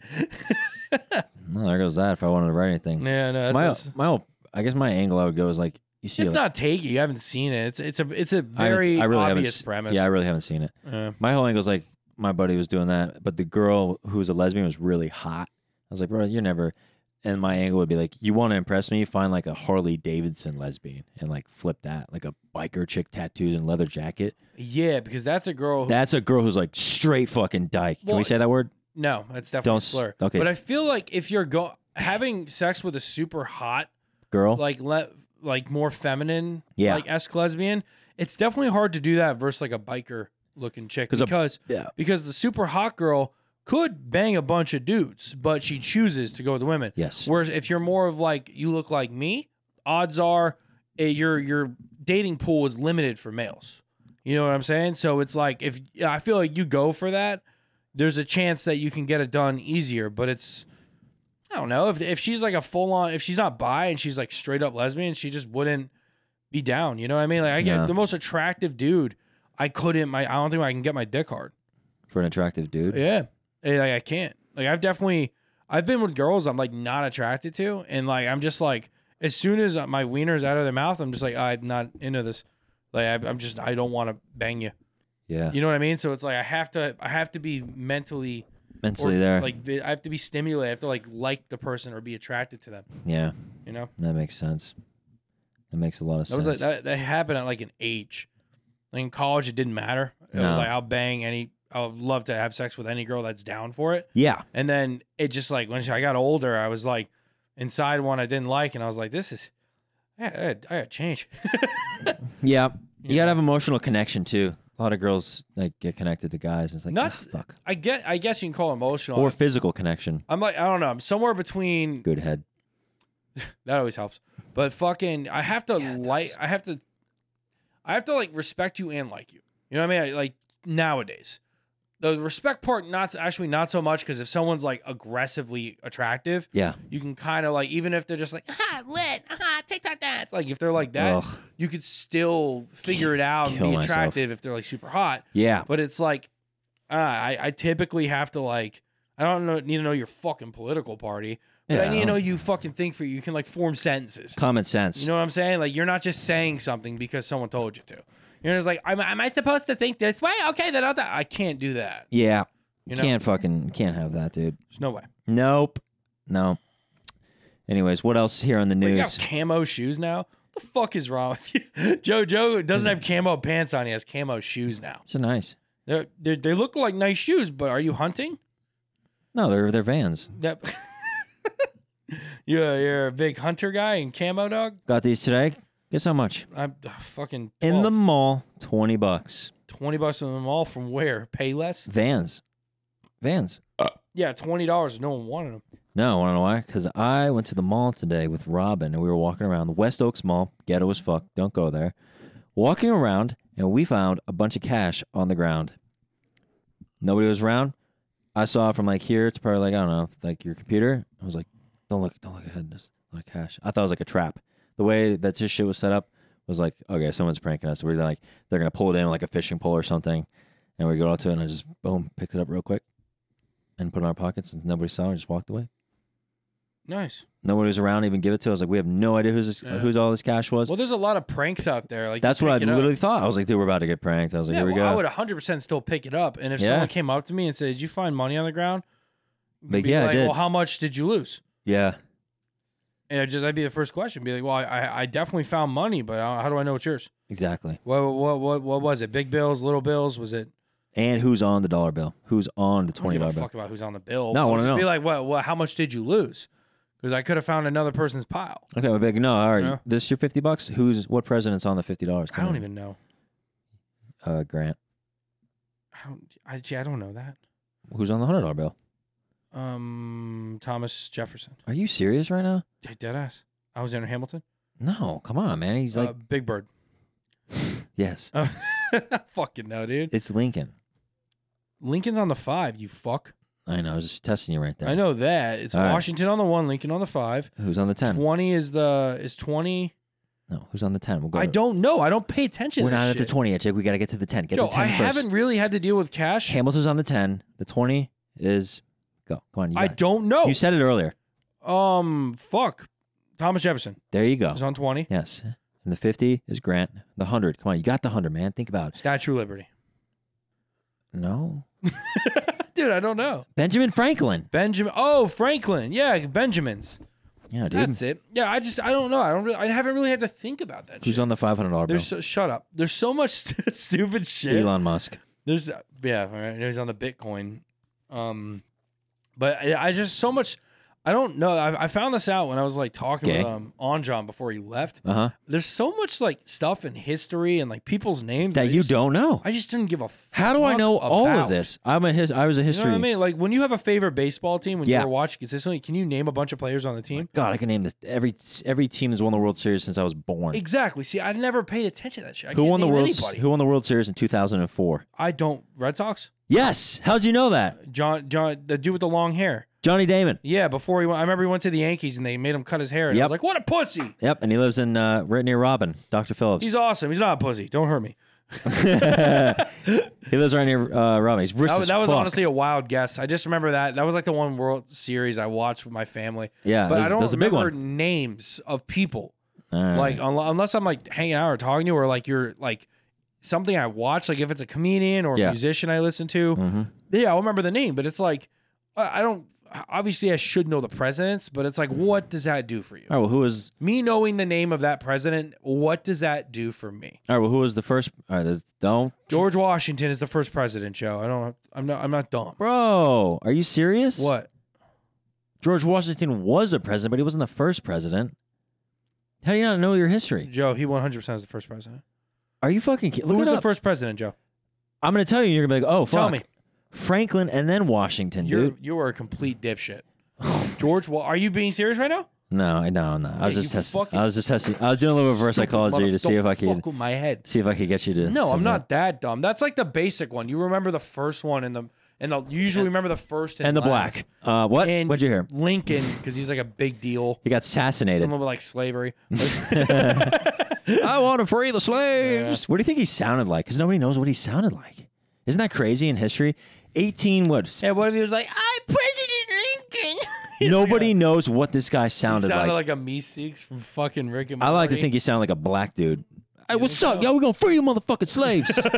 Speaker 2: Well, there goes that. If I wanted to write anything,
Speaker 1: Yeah, no, that's
Speaker 2: my
Speaker 1: it's,
Speaker 2: my whole, I guess my angle I would go is like you see.
Speaker 1: it's
Speaker 2: like,
Speaker 1: not taking. You haven't seen it. It's it's a it's a
Speaker 2: I haven't-
Speaker 1: very
Speaker 2: I really haven't
Speaker 1: obvious
Speaker 2: se-
Speaker 1: premise. Uh,
Speaker 2: Yeah, I really haven't seen it.
Speaker 1: Yeah.
Speaker 2: My whole angle is like my buddy was doing that, but the girl who was a lesbian was really hot. I was like, bro, you're never. And my angle would be like, you want to impress me? Find like a Harley Davidson lesbian and like flip that, like a biker chick, tattoos and leather jacket.
Speaker 1: yeah, because that's a girl. Who,
Speaker 2: That's a girl who's like straight fucking dyke. Can
Speaker 1: Oh. Well,
Speaker 2: we say that word?
Speaker 1: No, that's definitely
Speaker 2: Don't
Speaker 1: a
Speaker 2: s-
Speaker 1: slur.
Speaker 2: okay.
Speaker 1: But I feel like if you're go having sex with a super hot,
Speaker 2: Girl.
Speaker 1: like le- like more feminine,
Speaker 2: Yeah.
Speaker 1: like esque lesbian, it's definitely hard to do that versus like a biker looking chick
Speaker 2: 'Cause a-
Speaker 1: because
Speaker 2: yeah.
Speaker 1: because the super hot girl could bang a bunch of dudes, but she chooses to go with the women.
Speaker 2: Yes.
Speaker 1: Whereas if you're more of like you look like me, odds are eh, your your dating pool is limited for males. You know what I'm saying? So it's like if I feel like you go for that, there's a chance that you can get it done easier. But it's I don't know if if she's like a full on if she's not bi and she's like straight up lesbian, she just wouldn't be down. You know what I mean? Like I get
Speaker 2: Yeah.
Speaker 1: the most attractive dude, I couldn't. My I don't think I can get my dick hard.
Speaker 2: For an attractive dude.
Speaker 1: Yeah, Eh, like I can't. Like I've definitely I've been with girls I'm like not attracted to, and like I'm just like as soon as my wiener's out of their mouth, I'm just like I'm not into this. Like I, I'm just I don't want to bang you.
Speaker 2: Yeah.
Speaker 1: You know what I mean? So it's like I have to I have to be mentally
Speaker 2: Mentally
Speaker 1: or,
Speaker 2: there.
Speaker 1: Like vi- I have to be stimulated. I have to like like the person or be attracted to them.
Speaker 2: yeah.
Speaker 1: You know
Speaker 2: That makes sense. That makes a lot of
Speaker 1: that
Speaker 2: sense.
Speaker 1: was like that, that happened at like an age. Like in college, it didn't matter. It
Speaker 2: No.
Speaker 1: was like I'll bang any. I'll love to have sex with any girl that's down for it.
Speaker 2: yeah.
Speaker 1: And then it just like when I got older, I was like inside one I didn't like, and I was like, this is. I, I, I gotta change.
Speaker 2: Yeah. You
Speaker 1: Yeah.
Speaker 2: gotta have emotional connection too. A lot of girls like get connected to guys. And it's like
Speaker 1: Nuts.
Speaker 2: "Ah, fuck.
Speaker 1: I get. I guess you can call it emotional.
Speaker 2: Or physical connection.
Speaker 1: I'm like I don't know. I'm somewhere between
Speaker 2: Good head.
Speaker 1: That always helps. But fucking, I have to
Speaker 2: Yeah, it
Speaker 1: like,
Speaker 2: does.
Speaker 1: I have to, I have to like respect you and like you. You know what I mean? I, like nowadays, the respect part not actually not so much because if someone's like aggressively attractive,
Speaker 2: Yeah.
Speaker 1: you can kind of like even if they're just like ah lit ah TikTok dance like if they're like that,
Speaker 2: Ugh.
Speaker 1: you could still figure it out and
Speaker 2: Kill
Speaker 1: be
Speaker 2: myself.
Speaker 1: attractive if they're like super hot.
Speaker 2: Yeah.
Speaker 1: But it's like, uh, I I typically have to like. I don't know, need to know your fucking political party, but I
Speaker 2: Yeah,
Speaker 1: need to
Speaker 2: I
Speaker 1: know
Speaker 2: don't-
Speaker 1: you fucking think for you. You can like form sentences.
Speaker 2: Common sense.
Speaker 1: You know what I'm saying? Like you're not just saying something because someone told you to. You're just like, am, am I supposed to think this way? Okay, then I'll th- I can't do that.
Speaker 2: yeah.
Speaker 1: You know?
Speaker 2: Can't fucking can't have that, dude.
Speaker 1: There's no way.
Speaker 2: Nope. No. Anyways, what else here on the
Speaker 1: Like, you
Speaker 2: news?
Speaker 1: got camo shoes now. the fuck is wrong with you? Joe Joe doesn't have camo pants on. He has camo shoes now.
Speaker 2: So nice.
Speaker 1: They're, they they look like nice shoes, but are you hunting?
Speaker 2: No, they're they're vans.
Speaker 1: That. you're, you're a big hunter guy in camo dog.
Speaker 2: Got these today. Guess how much?
Speaker 1: I'm ugh, fucking
Speaker 2: In the
Speaker 1: 12.
Speaker 2: mall, twenty bucks.
Speaker 1: twenty bucks in the mall from where? Pay less?
Speaker 2: Vans. Vans.
Speaker 1: Yeah, twenty dollars. No one wanted them.
Speaker 2: No, I want to know why? Because I went to the mall today with Robin, and we were walking around the West Oaks Mall, ghetto as fuck. Don't go there. Walking around, and we found a bunch of cash on the ground. Nobody was around. I saw it from like here to probably like I don't know, like your computer. I was like, don't look, don't look ahead. There's a lot of cash. I thought it was like a trap. The way that this shit was set up was like, okay, someone's pranking us. We're like, they're gonna pull it in like a fishing pole or something, and we go out to it, and I just boom, picked it up real quick, and put it in our pockets, and nobody saw. it. I just walked away.
Speaker 1: Nice.
Speaker 2: Nobody was around to even give it to. us. like, we have no idea who's this,
Speaker 1: Yeah.
Speaker 2: who's all this cash was.
Speaker 1: Well, there's a lot of pranks out there. Like you
Speaker 2: That's what I
Speaker 1: pick it up.
Speaker 2: literally thought. I was like, dude, we're about to get pranked. I was like,
Speaker 1: Yeah,
Speaker 2: here we
Speaker 1: well, I
Speaker 2: go.
Speaker 1: would 100 percent still pick it up. And if
Speaker 2: Yeah.
Speaker 1: someone came up to me and said, "Did you find money on the ground?" I'd
Speaker 2: Like,
Speaker 1: be
Speaker 2: yeah, I
Speaker 1: like,
Speaker 2: did.
Speaker 1: Well, how much did you lose?
Speaker 2: yeah,
Speaker 1: And I'd just I'd be the first question. Be like, "Well, I, I- I definitely found money, but I- how do I know it's yours?
Speaker 2: exactly.
Speaker 1: What what what what was it? Big bills, little bills? Was it?
Speaker 2: And who's on the dollar bill? Who's on
Speaker 1: I
Speaker 2: the
Speaker 1: don't
Speaker 2: twenty
Speaker 1: give a
Speaker 2: dollar bill?
Speaker 1: fuck about who's on the bill.
Speaker 2: No, I
Speaker 1: I'd
Speaker 2: wanna
Speaker 1: just Be
Speaker 2: know.
Speaker 1: like, what what? How much did you lose? Because I could have found another person's pile.
Speaker 2: Okay, my big no. All right,
Speaker 1: Yeah.
Speaker 2: this your fifty bucks. Who's what president's on the fifty dollars?
Speaker 1: I don't even know.
Speaker 2: Uh, Grant.
Speaker 1: I don't. I, gee, I don't know that.
Speaker 2: Who's on the hundred dollar bill?
Speaker 1: Um, Thomas Jefferson.
Speaker 2: Are you serious right now?
Speaker 1: Dead ass. Alexander Hamilton.
Speaker 2: No, come on, man. He's like,
Speaker 1: uh, Big Bird.
Speaker 2: yes,
Speaker 1: Uh, fucking no, dude.
Speaker 2: it's Lincoln.
Speaker 1: Lincoln's on the five, you fuck.
Speaker 2: I know. I was just testing you right there.
Speaker 1: I know that. It's
Speaker 2: All right.
Speaker 1: Washington on the one, Lincoln on the five.
Speaker 2: Who's on the ten?
Speaker 1: Twenty is the is twenty.
Speaker 2: No, who's on the ten? We'll go.
Speaker 1: I
Speaker 2: to-
Speaker 1: don't know. I don't pay attention.
Speaker 2: We're
Speaker 1: to that
Speaker 2: not at the
Speaker 1: shit.
Speaker 2: twenty yet, Jake. We got to get to the ten. Get
Speaker 1: Joe,
Speaker 2: the ten
Speaker 1: I
Speaker 2: first.
Speaker 1: haven't really had to deal with cash.
Speaker 2: Hamilton's on the 10. The 20 is go. Come on. You
Speaker 1: I
Speaker 2: got it.
Speaker 1: don't know.
Speaker 2: You said it earlier.
Speaker 1: um, fuck. Thomas Jefferson
Speaker 2: There you go.
Speaker 1: is on twenty.
Speaker 2: Yes. And the 50 is Grant. The 100. Come on. You got the 100, man. Think about it.
Speaker 1: Statue of Liberty.
Speaker 2: No.
Speaker 1: Dude, I don't know.
Speaker 2: Benjamin Franklin.
Speaker 1: Benjamin. Oh, Franklin. Yeah, Benjamins.
Speaker 2: Yeah, dude.
Speaker 1: That's it. Yeah, I just I don't know. I don't. Really, I haven't really had to think about that.
Speaker 2: Who's
Speaker 1: shit.
Speaker 2: on the $500 bill?
Speaker 1: There's so, shut up. There's so much st- stupid shit.
Speaker 2: Elon Musk.
Speaker 1: There's yeah, all right. He's on the Bitcoin, um, but I, I just so much. I don't know. I, I found this out when I was like talking
Speaker 2: Okay.
Speaker 1: with um on John before he left.
Speaker 2: Uh huh.
Speaker 1: There's so much like stuff in history and like people's names
Speaker 2: That
Speaker 1: I
Speaker 2: you
Speaker 1: just-
Speaker 2: don't know.
Speaker 1: I just didn't give a. Fuck
Speaker 2: How do I know all
Speaker 1: about.
Speaker 2: of this? I'm a his, I was a
Speaker 1: You know
Speaker 2: history.
Speaker 1: what I mean? Like when you have a favorite baseball team when
Speaker 2: Yeah.
Speaker 1: you were watching consistently, can you name a bunch of players on the team?
Speaker 2: God, I can name this. Every every team that's won the World Series since I was born.
Speaker 1: Exactly. See, I never paid attention to that shit. I
Speaker 2: who
Speaker 1: can't
Speaker 2: won the
Speaker 1: name
Speaker 2: World
Speaker 1: Anybody.
Speaker 2: Who won the World Series in 2004?
Speaker 1: I don't. Red Sox.
Speaker 2: Yes. How'd you know that?
Speaker 1: John. John. The dude with the long hair.
Speaker 2: Johnny Damon.
Speaker 1: Yeah, before he went, I remember he went to the Yankees and they made him cut his hair. And I
Speaker 2: Yep.
Speaker 1: was like, what a pussy.
Speaker 2: Yep, and he lives in uh, right near Robin, Dr. Phillips.
Speaker 1: He's awesome. He's not a pussy. Don't hurt me.
Speaker 2: he lives right near uh, Robin. He's rich
Speaker 1: That,
Speaker 2: as
Speaker 1: was- that was
Speaker 2: fuck.
Speaker 1: honestly a wild guess. I just remember that. That was like the one World Series I watched with my family.
Speaker 2: yeah,
Speaker 1: But
Speaker 2: that's,
Speaker 1: I don't
Speaker 2: that's a big
Speaker 1: remember
Speaker 2: one.
Speaker 1: names of people.
Speaker 2: All right.
Speaker 1: Like unle- unless I'm like hanging out or talking to you, or like you're like something I watch. Like if it's a comedian or a
Speaker 2: Yeah.
Speaker 1: musician I listen to,
Speaker 2: Mhm.
Speaker 1: yeah, I remember the name. But it's like I I don't. Obviously, I should know the presidents, but it's like, what does that do for you?
Speaker 2: All right, well, who was
Speaker 1: Me knowing the name of that president, what does that do for me?
Speaker 2: all right? Well, who was the first? All right, that's- don't,
Speaker 1: George Washington is the first president, Joe. I don't. I'm not. I'm not dumb.
Speaker 2: bro. Are you serious?
Speaker 1: What?
Speaker 2: George Washington was a president, but he wasn't the first president. How do you not know your history?
Speaker 1: Joe, he 100% is the first president.
Speaker 2: Are you fucking kidding?
Speaker 1: Who
Speaker 2: Look
Speaker 1: was
Speaker 2: it
Speaker 1: the
Speaker 2: up.
Speaker 1: first president, Joe?
Speaker 2: I'm gonna tell you. You're gonna be like, oh, fuck.
Speaker 1: Tell me.
Speaker 2: Franklin and then Washington,
Speaker 1: You're
Speaker 2: dude.
Speaker 1: you are a complete dipshit. George, Wa- are you being serious right now?
Speaker 2: No, I no, I'm not. I was
Speaker 1: Yeah,
Speaker 2: just
Speaker 1: you
Speaker 2: testing.
Speaker 1: fucking
Speaker 2: I was just testing. I was doing a little reverse
Speaker 1: Stupid
Speaker 2: psychology to
Speaker 1: motherf-
Speaker 2: see if
Speaker 1: don't
Speaker 2: I could
Speaker 1: fuck with my head.
Speaker 2: see if I could get you to.
Speaker 1: No, I'm
Speaker 2: some-
Speaker 1: not that dumb. That's like the basic one. You remember the first one and the and the you usually remember the first and,
Speaker 2: And the
Speaker 1: last.
Speaker 2: black. Uh, what?
Speaker 1: And
Speaker 2: What'd you hear?
Speaker 1: Lincoln because he's like a big deal.
Speaker 2: He got assassinated.
Speaker 1: Someone with like slavery.
Speaker 2: I want to free the slaves. What do you think he sounded like? Because nobody knows what he sounded like. Isn't that crazy in history? 18 what?
Speaker 1: and one of you was like, "I'm President Lincoln."
Speaker 2: Nobody knows what this guy
Speaker 1: He
Speaker 2: sounded,
Speaker 1: sounded
Speaker 2: like.
Speaker 1: like, a me six from fucking Rick and
Speaker 2: I
Speaker 1: Morty.
Speaker 2: like to think he sounded like a black dude. Hey, what's
Speaker 1: think
Speaker 2: up? Yo, we're going to free you motherfucking slaves. All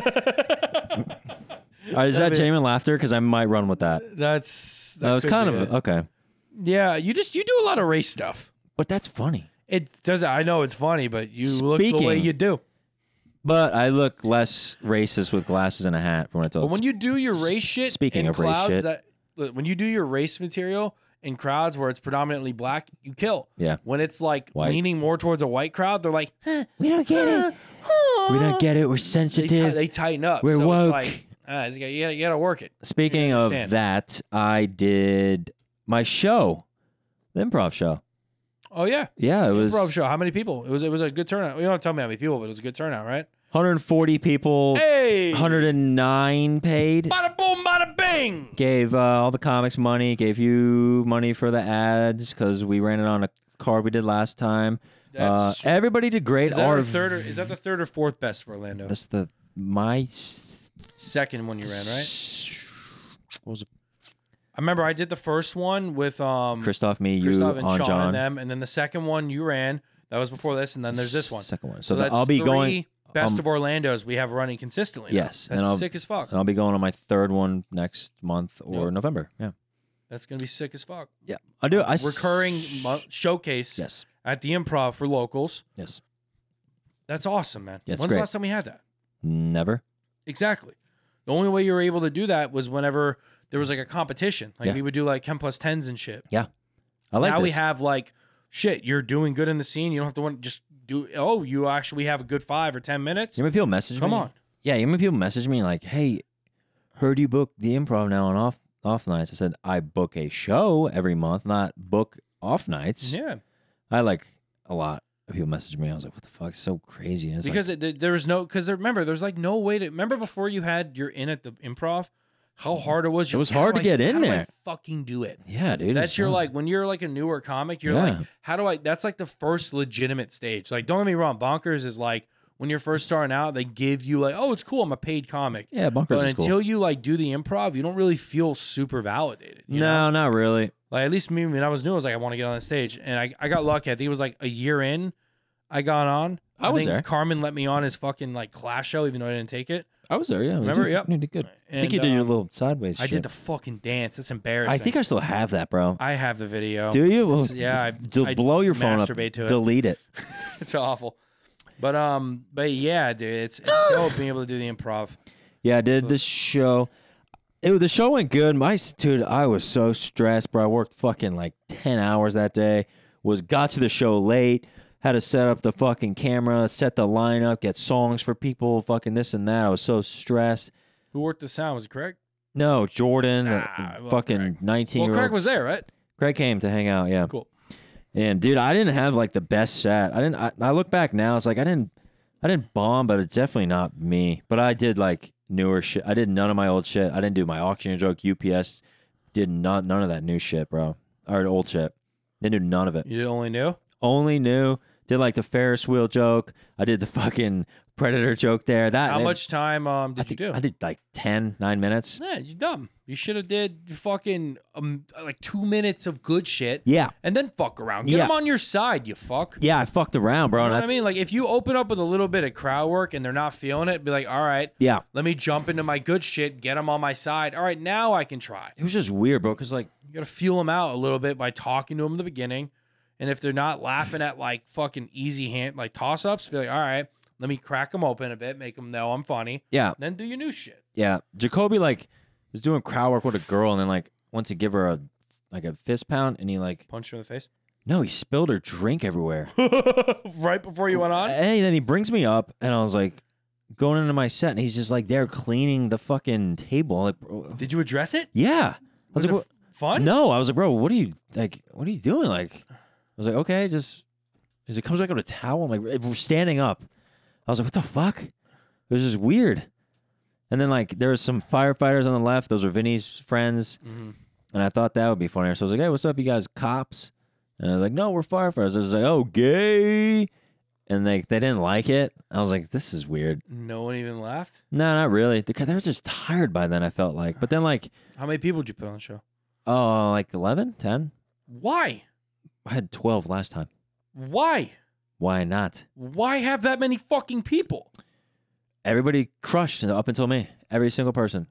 Speaker 2: right, is that
Speaker 1: be-
Speaker 2: genuine laughter? Because I might run with that.
Speaker 1: that's
Speaker 2: That was
Speaker 1: could
Speaker 2: kind
Speaker 1: be
Speaker 2: of,
Speaker 1: it.
Speaker 2: okay.
Speaker 1: yeah. You just you do a lot of race stuff.
Speaker 2: But that's funny.
Speaker 1: It does. I know it's funny, but you look the way
Speaker 2: Speaking-
Speaker 1: you do.
Speaker 2: But I look less racist with glasses and a hat from when I told
Speaker 1: But when you do your race shit
Speaker 2: speaking
Speaker 1: in
Speaker 2: of race
Speaker 1: crowds
Speaker 2: shit.
Speaker 1: that look, when you do your race material in crowds where it's predominantly black, you kill.
Speaker 2: Yeah.
Speaker 1: When it's like
Speaker 2: White.
Speaker 1: leaning more towards a white crowd, they're like, huh,
Speaker 2: We don't get it. We don't get it. We're
Speaker 1: they, ti-
Speaker 2: sensitive.
Speaker 1: they tighten up.
Speaker 2: We're
Speaker 1: so
Speaker 2: woke.
Speaker 1: It's like, ah, it's like, you, gotta, you gotta work it.
Speaker 2: Speaking of
Speaker 1: understand.
Speaker 2: that, I did my show, the improv show.
Speaker 1: Oh yeah,
Speaker 2: Yeah, it was
Speaker 1: improv show. How many people? It was it was a good turnout. You don't have to tell me how many people, but it was a good turnout, right?
Speaker 2: 140 people,
Speaker 1: Hey,
Speaker 2: 109 paid.
Speaker 1: bada boom, bada bing.
Speaker 2: Gave uh, all the comics money, gave you money for the ads because we ran it on a card we did last time. Uh,
Speaker 1: That's-
Speaker 2: everybody did great.
Speaker 1: Is that, our
Speaker 2: Our-
Speaker 1: third or, is that the third or fourth best for Orlando?
Speaker 2: That's the my s-
Speaker 1: second one you ran, right?
Speaker 2: What was it?
Speaker 1: I remember I did the first one with um
Speaker 2: Christoph, me, you,
Speaker 1: Christoph and
Speaker 2: on
Speaker 1: Sean
Speaker 2: John.
Speaker 1: and them, and then the second one you ran. That was before this, and then there's this one. So,
Speaker 2: Second one. So, the-
Speaker 1: that's
Speaker 2: I'll be
Speaker 1: three
Speaker 2: going.
Speaker 1: best
Speaker 2: um,
Speaker 1: of Orlando's we have running consistently. now.
Speaker 2: Yes, and
Speaker 1: that's
Speaker 2: I'll-
Speaker 1: sick as fuck.
Speaker 2: I'll be going on my third one next month or
Speaker 1: Yep.
Speaker 2: November. Yeah.
Speaker 1: That's gonna be sick as fuck.
Speaker 2: Yeah, I do. I s-
Speaker 1: Uh, Recurring mo- showcase
Speaker 2: Yes,
Speaker 1: at the Improv for locals.
Speaker 2: yes,
Speaker 1: That's awesome, man.
Speaker 2: Yes,
Speaker 1: When's
Speaker 2: great.
Speaker 1: the last time we had that?
Speaker 2: never.
Speaker 1: Exactly. The only way you were able to do that was whenever there was like a competition. Like
Speaker 2: Yeah.
Speaker 1: we would do like ten plus tens and shit.
Speaker 2: I like
Speaker 1: now
Speaker 2: this.
Speaker 1: we have like shit. You're doing good in the scene. You don't have to want just do. Oh, you actually have a good five or ten minutes.
Speaker 2: You know, people message
Speaker 1: Come
Speaker 2: me.
Speaker 1: on.
Speaker 2: Yeah, you know, people message me like, "Hey, heard you book the improv now on off off nights." I said I book a show every month, not book off nights.
Speaker 1: Yeah.
Speaker 2: I like a lot of people message me. I was like, "What the fuck? It's so crazy." And it's like,
Speaker 1: because it, there- there was no because remember there's like no way to remember before you had your in at the improv how hard it was You're
Speaker 2: Mm-hmm. was
Speaker 1: like, how
Speaker 2: hard
Speaker 1: do
Speaker 2: to
Speaker 1: I-
Speaker 2: get in
Speaker 1: how do I
Speaker 2: there.
Speaker 1: fucking do it
Speaker 2: yeah, dude,
Speaker 1: that's
Speaker 2: it's
Speaker 1: your
Speaker 2: fun.
Speaker 1: like when you're like a newer comic you're
Speaker 2: Yeah.
Speaker 1: like how do I that's like the first legitimate stage like don't get me wrong bonkers is like when you're first starting out they give you like oh it's cool I'm a paid comic
Speaker 2: yeah, bunkers
Speaker 1: but
Speaker 2: is cool.
Speaker 1: until you like do the improv you don't really feel super validated you know?
Speaker 2: no, not really.
Speaker 1: Like at least me when I was new, I was like, I want to get on the stage, and I, I got lucky. I think it was like a year in, I got on.
Speaker 2: I was
Speaker 1: think
Speaker 2: there.
Speaker 1: Carmen let me on his fucking like class show, even though I didn't take it.
Speaker 2: I was there. Yeah,
Speaker 1: Remember?
Speaker 2: You
Speaker 1: Yep.
Speaker 2: did, you did good. I think
Speaker 1: And,
Speaker 2: you did your
Speaker 1: um,
Speaker 2: little sideways.
Speaker 1: I
Speaker 2: shit.
Speaker 1: did the fucking dance. It's embarrassing.
Speaker 2: I think I still have that, bro.
Speaker 1: I have the video.
Speaker 2: Do you? Well,
Speaker 1: It's- yeah, I-
Speaker 2: d-
Speaker 1: I
Speaker 2: blow your phone up.
Speaker 1: masturbate to it.
Speaker 2: Delete it.
Speaker 1: It's awful. But um, but yeah, dude, it's it's dope being able to do the improv.
Speaker 2: Yeah, I did this show. It, the show went good. My s- dude, I was so stressed, bro. I worked fucking like ten hours that day. Was got to the show late. Had to set up the fucking camera, set the lineup, get songs for people, fucking this and that. I was so stressed.
Speaker 1: Who worked the sound? Was it Craig?
Speaker 2: No, Jordan, uh,
Speaker 1: Ah, well,
Speaker 2: fucking
Speaker 1: Craig.
Speaker 2: nineteen
Speaker 1: Well,
Speaker 2: year
Speaker 1: Craig
Speaker 2: old.
Speaker 1: was there, right?
Speaker 2: Craig came to hang out. Yeah.
Speaker 1: Cool.
Speaker 2: And dude, I didn't have like the best set. I didn't. I, I look back now, it's like I didn't. I didn't bomb, but it's definitely not me. But I did like newer shit. I did none of my old shit. I didn't do my auctioneer joke. UPS did not none of that new shit, bro. Or old shit. Didn't do none of it.
Speaker 1: You did only knew.
Speaker 2: Only new. Did like the Ferris wheel joke. I did the fucking predator joke there. That
Speaker 1: How
Speaker 2: and-
Speaker 1: much time um, did
Speaker 2: I think
Speaker 1: you do?
Speaker 2: I did like 10, 9 minutes.
Speaker 1: Nah, you dumb. You should have did fucking um, like two minutes of good shit,
Speaker 2: Yeah,
Speaker 1: and then fuck around. Get
Speaker 2: Yeah.
Speaker 1: them on your side, you fuck.
Speaker 2: yeah, I fucked around,
Speaker 1: You
Speaker 2: bro.
Speaker 1: know
Speaker 2: and
Speaker 1: what I
Speaker 2: that's-
Speaker 1: mean, like if you open up with a little bit of crowd work and they're not feeling it, be like, all right,
Speaker 2: yeah,
Speaker 1: let me jump into my good shit, get them on my side. All right, now I can try.
Speaker 2: it was just weird, bro. Because like,
Speaker 1: You gotta feel them out a little bit by talking to them in the beginning, and if they're not laughing at like fucking easy hand like toss ups, be like, all right, let me crack them open a bit, make them know I'm funny.
Speaker 2: yeah,
Speaker 1: Then do your new shit.
Speaker 2: yeah, Jacoby like was doing crowd work with a girl, and then like wants to give her a like a fist pound, and he like
Speaker 1: Punch her in the face.
Speaker 2: no, he spilled her drink everywhere.
Speaker 1: right before you went on.
Speaker 2: And then he brings me up, and I was like going into my set, and he's just like there cleaning the fucking table. Like, bro,
Speaker 1: Did you address it?
Speaker 2: yeah, I
Speaker 1: Was
Speaker 2: was,
Speaker 1: it
Speaker 2: like,
Speaker 1: fun?
Speaker 2: No, I was like, bro, what are you like? What are you doing? Like, I was like, okay, just. As it comes back with a towel, I'm like, we're standing up. I was like, what the fuck? It was just weird. And then like there was some firefighters on the left. Those were Vinny's friends,
Speaker 1: Mhm.
Speaker 2: and I thought that would be funnier. So I was like, hey, what's up, you guys, cops? And they're like, no, we're firefighters. I was like, oh, gay. And like they didn't like it. I was like, this is weird.
Speaker 1: No one even laughed.
Speaker 2: No, not really. They, they were just tired by then. I felt like, but then like,
Speaker 1: How many people did you put on the show?
Speaker 2: oh, like 11, 10?
Speaker 1: Why?
Speaker 2: I had twelve last time.
Speaker 1: Why?
Speaker 2: Why not?
Speaker 1: Why have that many fucking people?
Speaker 2: Everybody crushed up until me. Every single person.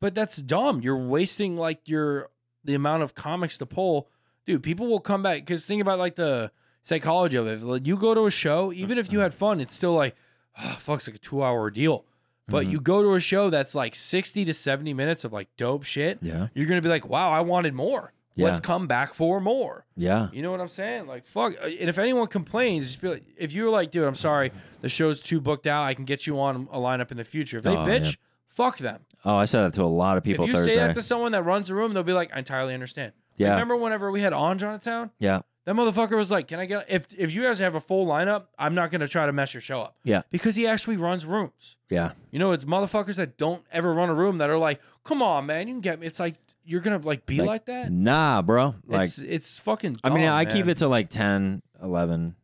Speaker 1: But that's dumb. You're wasting like your the amount of comics to pull. Dude, people will come back because think about like the psychology of it. If, like, you go to a show, even if you had fun, it's still like, oh, fuck's like a two hour deal. But
Speaker 2: Mhm.
Speaker 1: you go to a show that's like 60 to 70 minutes of like dope shit,
Speaker 2: Yeah.
Speaker 1: you're going to be like, wow, I wanted more.
Speaker 2: Yeah.
Speaker 1: Let's come back for more.
Speaker 2: Yeah.
Speaker 1: You know what I'm saying? Like, fuck. uh, And if anyone complains, just be like, if you're like, dude, I'm sorry, the show's too booked out. I can get you on a lineup in the future. If they
Speaker 2: Oh,
Speaker 1: bitch,
Speaker 2: yeah.
Speaker 1: fuck them.
Speaker 2: Oh, I said that to a lot of people
Speaker 1: if you
Speaker 2: Thursday.
Speaker 1: say that to someone that runs the room, they'll be like, I entirely understand. Like,
Speaker 2: yeah.
Speaker 1: remember whenever we had on Jonatown?
Speaker 2: Yeah.
Speaker 1: That motherfucker was like, Can I get if if you guys have a full lineup, I'm not gonna try to mess your show up.
Speaker 2: Yeah.
Speaker 1: Because he actually runs rooms.
Speaker 2: Yeah.
Speaker 1: You know, it's motherfuckers that don't ever run a room that are like, Come on, man, you can get me. It's like you're gonna like be like,
Speaker 2: Like,
Speaker 1: that.
Speaker 2: Nah, bro. Like
Speaker 1: it's it's fucking
Speaker 2: I mean,
Speaker 1: dumb,
Speaker 2: I keep
Speaker 1: man.
Speaker 2: it to like 10, 11,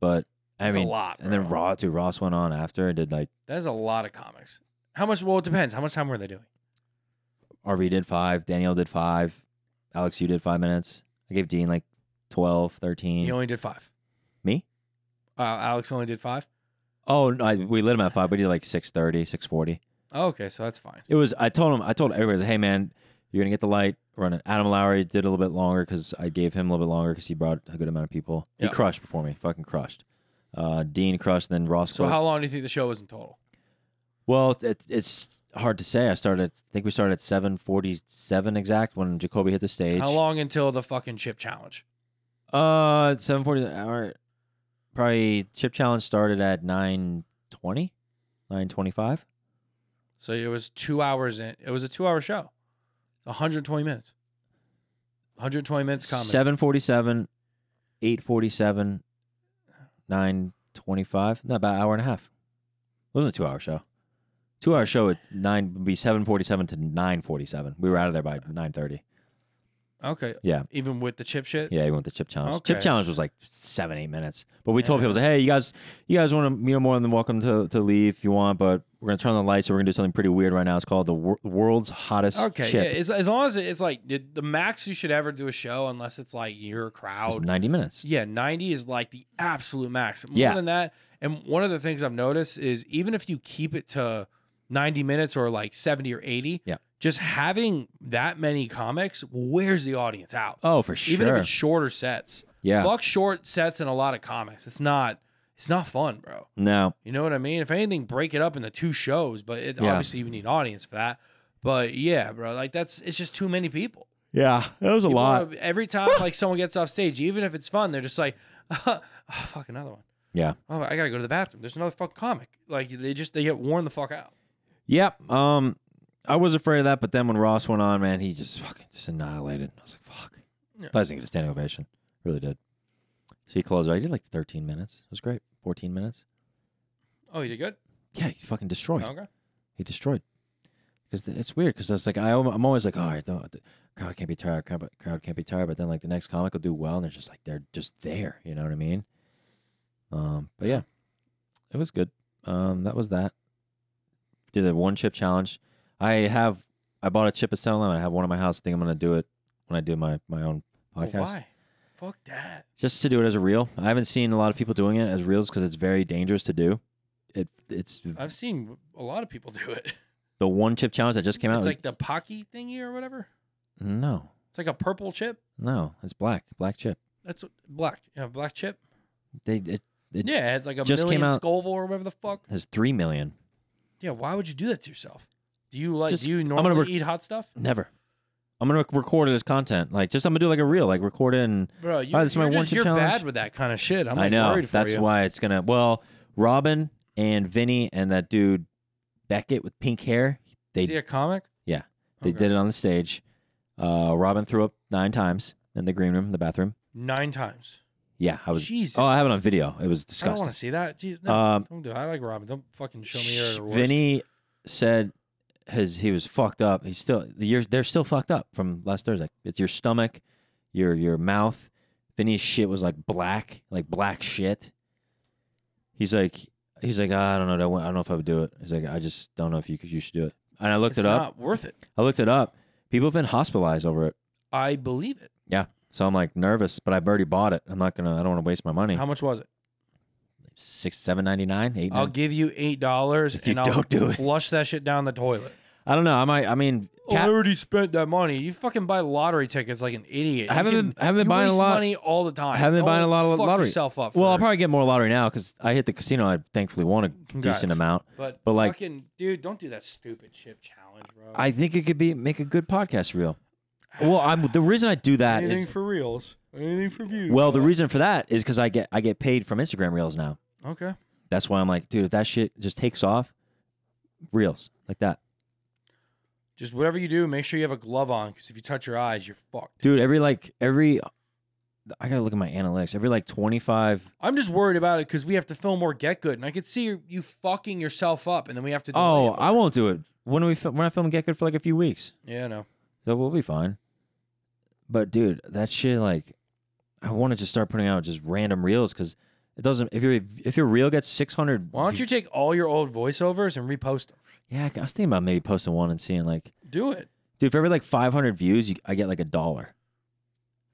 Speaker 2: but I
Speaker 1: That's a
Speaker 2: mean
Speaker 1: lot,
Speaker 2: And then
Speaker 1: bro.
Speaker 2: Ross dude, Ross went on after and did like
Speaker 1: That is a lot of comics. How much? Well, it depends. How much time were they doing?
Speaker 2: RV did five, Daniel did five, Alex you did five minutes. I gave Dean like 12, 13.
Speaker 1: You only did five.
Speaker 2: Me?
Speaker 1: Uh, Alex only did five.
Speaker 2: oh no, I, we lit him at five, but he did like 630, 640.
Speaker 1: Oh, okay, so that's fine.
Speaker 2: It was. I told him. I told everybody. I was like, Hey, man, you're gonna get the light. Run it. Adam Lowry did a little bit longer because I gave him a little bit longer because he brought a good amount of people.
Speaker 1: Yeah.
Speaker 2: He crushed before me. Fucking crushed. Uh, Dean crushed. Then Ross.
Speaker 1: So
Speaker 2: closed.
Speaker 1: how long do you think the show was in total?
Speaker 2: Well, it, it's hard to say. I started. I think we started at seven forty-seven exact when Jacoby hit the stage.
Speaker 1: How long until the fucking chip challenge?
Speaker 2: Uh, seven forty. Hour. Probably chip challenge started at nine twenty. 925
Speaker 1: So it was two hours in. It was a two-hour show. 120 minutes. 120 minutes comedy.
Speaker 2: 747 847 925 not about an hour and a half it wasn't a two hour show two hour show at nine would be 747 to 947 we were out of there by 930
Speaker 1: Okay.
Speaker 2: Yeah.
Speaker 1: Even with the chip shit.
Speaker 2: yeah you went to chip challenge chip
Speaker 1: Okay.
Speaker 2: challenge was like seven eight minutes but we told
Speaker 1: Yeah.
Speaker 2: people like, hey you guys you guys want to you know more than welcome to, to leave if you want but we're gonna turn on the lights so we're gonna do something pretty weird right now it's called the wor- world's hottest
Speaker 1: Okay.
Speaker 2: chip
Speaker 1: Yeah. As, as long as it- it's like the the max you should ever do a show, unless it's like your
Speaker 2: It was
Speaker 1: crowd.
Speaker 2: 90 minutes
Speaker 1: oh, Yeah, 90 is like the absolute max. More
Speaker 2: Yeah.
Speaker 1: than that, and one of the things I've noticed is even if you keep it to 90 minutes or like 70 or 80,
Speaker 2: Yeah.
Speaker 1: just having that many comics wears the audience out.
Speaker 2: oh for sure
Speaker 1: Even if it's shorter sets.
Speaker 2: yeah
Speaker 1: Fuck short sets and a lot of comics. It's not it's not fun, bro.
Speaker 2: no
Speaker 1: You know what I mean? If anything, break it up into two shows, but it,
Speaker 2: Yeah.
Speaker 1: obviously you need audience for that. But yeah, bro, like that's it's just too many people.
Speaker 2: yeah that was a
Speaker 1: People
Speaker 2: lot
Speaker 1: are- every time like someone gets off stage, even if it's fun, they're just like, oh, fuck another one.
Speaker 2: Yeah.
Speaker 1: Oh, I gotta go to the bathroom. There's another fuck comic. Like they just they get worn the fuck out.
Speaker 2: Yep. Um, I was afraid of that, but then when Ross went on, man, he just fucking just annihilated. I was like, fuck.
Speaker 1: Yeah.
Speaker 2: I was gonna get a standing ovation. Really did. So he closed. out. He did like 13 minutes. It was great. 14 minutes.
Speaker 1: Oh, you did good.
Speaker 2: Oh, Yeah, he fucking destroyed.
Speaker 1: Okay.
Speaker 2: He destroyed. Because it's weird. Because it's like I, al- I'm always like, all right, the, the crowd can't be tired. Crowd, crowd can't be tired. But then like the next comic will do well, and they're just like they're just there. You know what I mean? Um, but yeah, it was good. um, that was that. Did the one chip challenge. I have I bought a chip of Stone Lemon. I have one in my house. I think I'm gonna do it when I do my my own podcast.
Speaker 1: Well, Oh, why? Fuck that.
Speaker 2: Just to do it as a reel. I haven't seen a lot of people doing it as reels because it's very dangerous to do. It it's
Speaker 1: I've seen a lot of people do it.
Speaker 2: the one chip challenge that just came out.
Speaker 1: It's like the Pocky thingy or whatever.
Speaker 2: no,
Speaker 1: It's like a purple chip.
Speaker 2: no, it's black, black chip.
Speaker 1: That's what- black. Yeah, black chip.
Speaker 2: They it, it
Speaker 1: yeah, it's like a
Speaker 2: just came
Speaker 1: million
Speaker 2: out-
Speaker 1: Scoville or whatever the fuck.
Speaker 2: has three million.
Speaker 1: Yeah, why would you do that to yourself? Do you like?
Speaker 2: Just-
Speaker 1: do you
Speaker 2: I'm
Speaker 1: normally
Speaker 2: gonna work-
Speaker 1: eat hot stuff,
Speaker 2: Never. I'm gonna rec- record it as content. Like just I'm gonna do like a reel, like record it and
Speaker 1: bro? You,
Speaker 2: Alright, this is my
Speaker 1: you're
Speaker 2: one
Speaker 1: just,
Speaker 2: chip
Speaker 1: you're
Speaker 2: challenge.
Speaker 1: bad with that kind of shit. I'm like,
Speaker 2: I know
Speaker 1: worried for
Speaker 2: that's
Speaker 1: you.
Speaker 2: why it's gonna. Well, Robin and Vinny and that dude Beckett with pink hair, they
Speaker 1: Is he a comic?
Speaker 2: Yeah, they
Speaker 1: Okay.
Speaker 2: did it on the stage. Uh, Robin threw up nine times in the green room, the bathroom.
Speaker 1: nine times.
Speaker 2: Yeah, I was.
Speaker 1: Jesus.
Speaker 2: Oh, I have it on video. It was
Speaker 1: I don't
Speaker 2: disgusting.
Speaker 1: want to see that. Jeez, no,
Speaker 2: um,
Speaker 1: don't do. It. I like Robin. Don't fucking show me your worst.
Speaker 2: Vinny said his he was fucked up. He's still the year they're still fucked up from last Thursday. It's your stomach, your your mouth. Vinny's shit was like black, like black shit. He's like he's like "Ah, I don't know. I don't want- I don't know if I would do it. He's like I just don't know if you could you should do it. And I looked
Speaker 1: It's
Speaker 2: it up.
Speaker 1: Not worth it.
Speaker 2: I looked it up. People have been hospitalized over it.
Speaker 1: I believe it.
Speaker 2: So I'm like nervous, but I've already bought it. I'm not gonna. I don't want to waste my money.
Speaker 1: How much was it?
Speaker 2: Six, seven ninety nine, eight.
Speaker 1: I'll give you eight dollars
Speaker 2: If you
Speaker 1: and I'll
Speaker 2: don't do it.
Speaker 1: flush that shit down the toilet.
Speaker 2: I don't know. I might. I mean,
Speaker 1: Oh, I
Speaker 2: cat,
Speaker 1: already spent that money. You fucking buy lottery tickets like an idiot.
Speaker 2: I
Speaker 1: You
Speaker 2: haven't
Speaker 1: can-
Speaker 2: been. I haven't been
Speaker 1: you
Speaker 2: buying a
Speaker 1: waste
Speaker 2: lot.
Speaker 1: money all the time.
Speaker 2: I haven't been
Speaker 1: Don't
Speaker 2: buying a lot of
Speaker 1: fuck
Speaker 2: lottery.
Speaker 1: Yourself up.
Speaker 2: Well,
Speaker 1: for
Speaker 2: I'll
Speaker 1: it.
Speaker 2: probably get more lottery now because I hit the casino. I thankfully won a decent
Speaker 1: Congrats.
Speaker 2: amount.
Speaker 1: But,
Speaker 2: but, like-
Speaker 1: fucking, dude, don't do that stupid chip challenge, bro.
Speaker 2: I think it could be make a good podcast reel. Well, I'm the reason I do that
Speaker 1: anything
Speaker 2: is
Speaker 1: for reels, anything for views.
Speaker 2: well the reason for that is because I get I get paid from Instagram reels now.
Speaker 1: okay.
Speaker 2: That's why I'm like, dude, if that shit just takes off, reels like that,
Speaker 1: Just whatever you do, make sure you have a glove on because if you touch your eyes, you're fucked.
Speaker 2: dude. Every like every, I gotta look at my analytics. Every like 25
Speaker 1: I'm just worried about it because we have to film more Get Good, and I could see you, you fucking yourself up, and then we have to. delay
Speaker 2: Oh,
Speaker 1: it.
Speaker 2: I won't do it. When do we fil- we're not filming Get Good for like a few weeks,
Speaker 1: yeah, no.
Speaker 2: so we'll be fine. But dude, that shit like, I want to just start putting out just random reels because it doesn't. If your if your reel gets six hundred,
Speaker 1: Why don't you take all your old voiceovers and repost them?
Speaker 2: Yeah, I was thinking about maybe posting one and seeing like,
Speaker 1: Do it.
Speaker 2: dude, for every like five hundred views, you, I get like a dollar.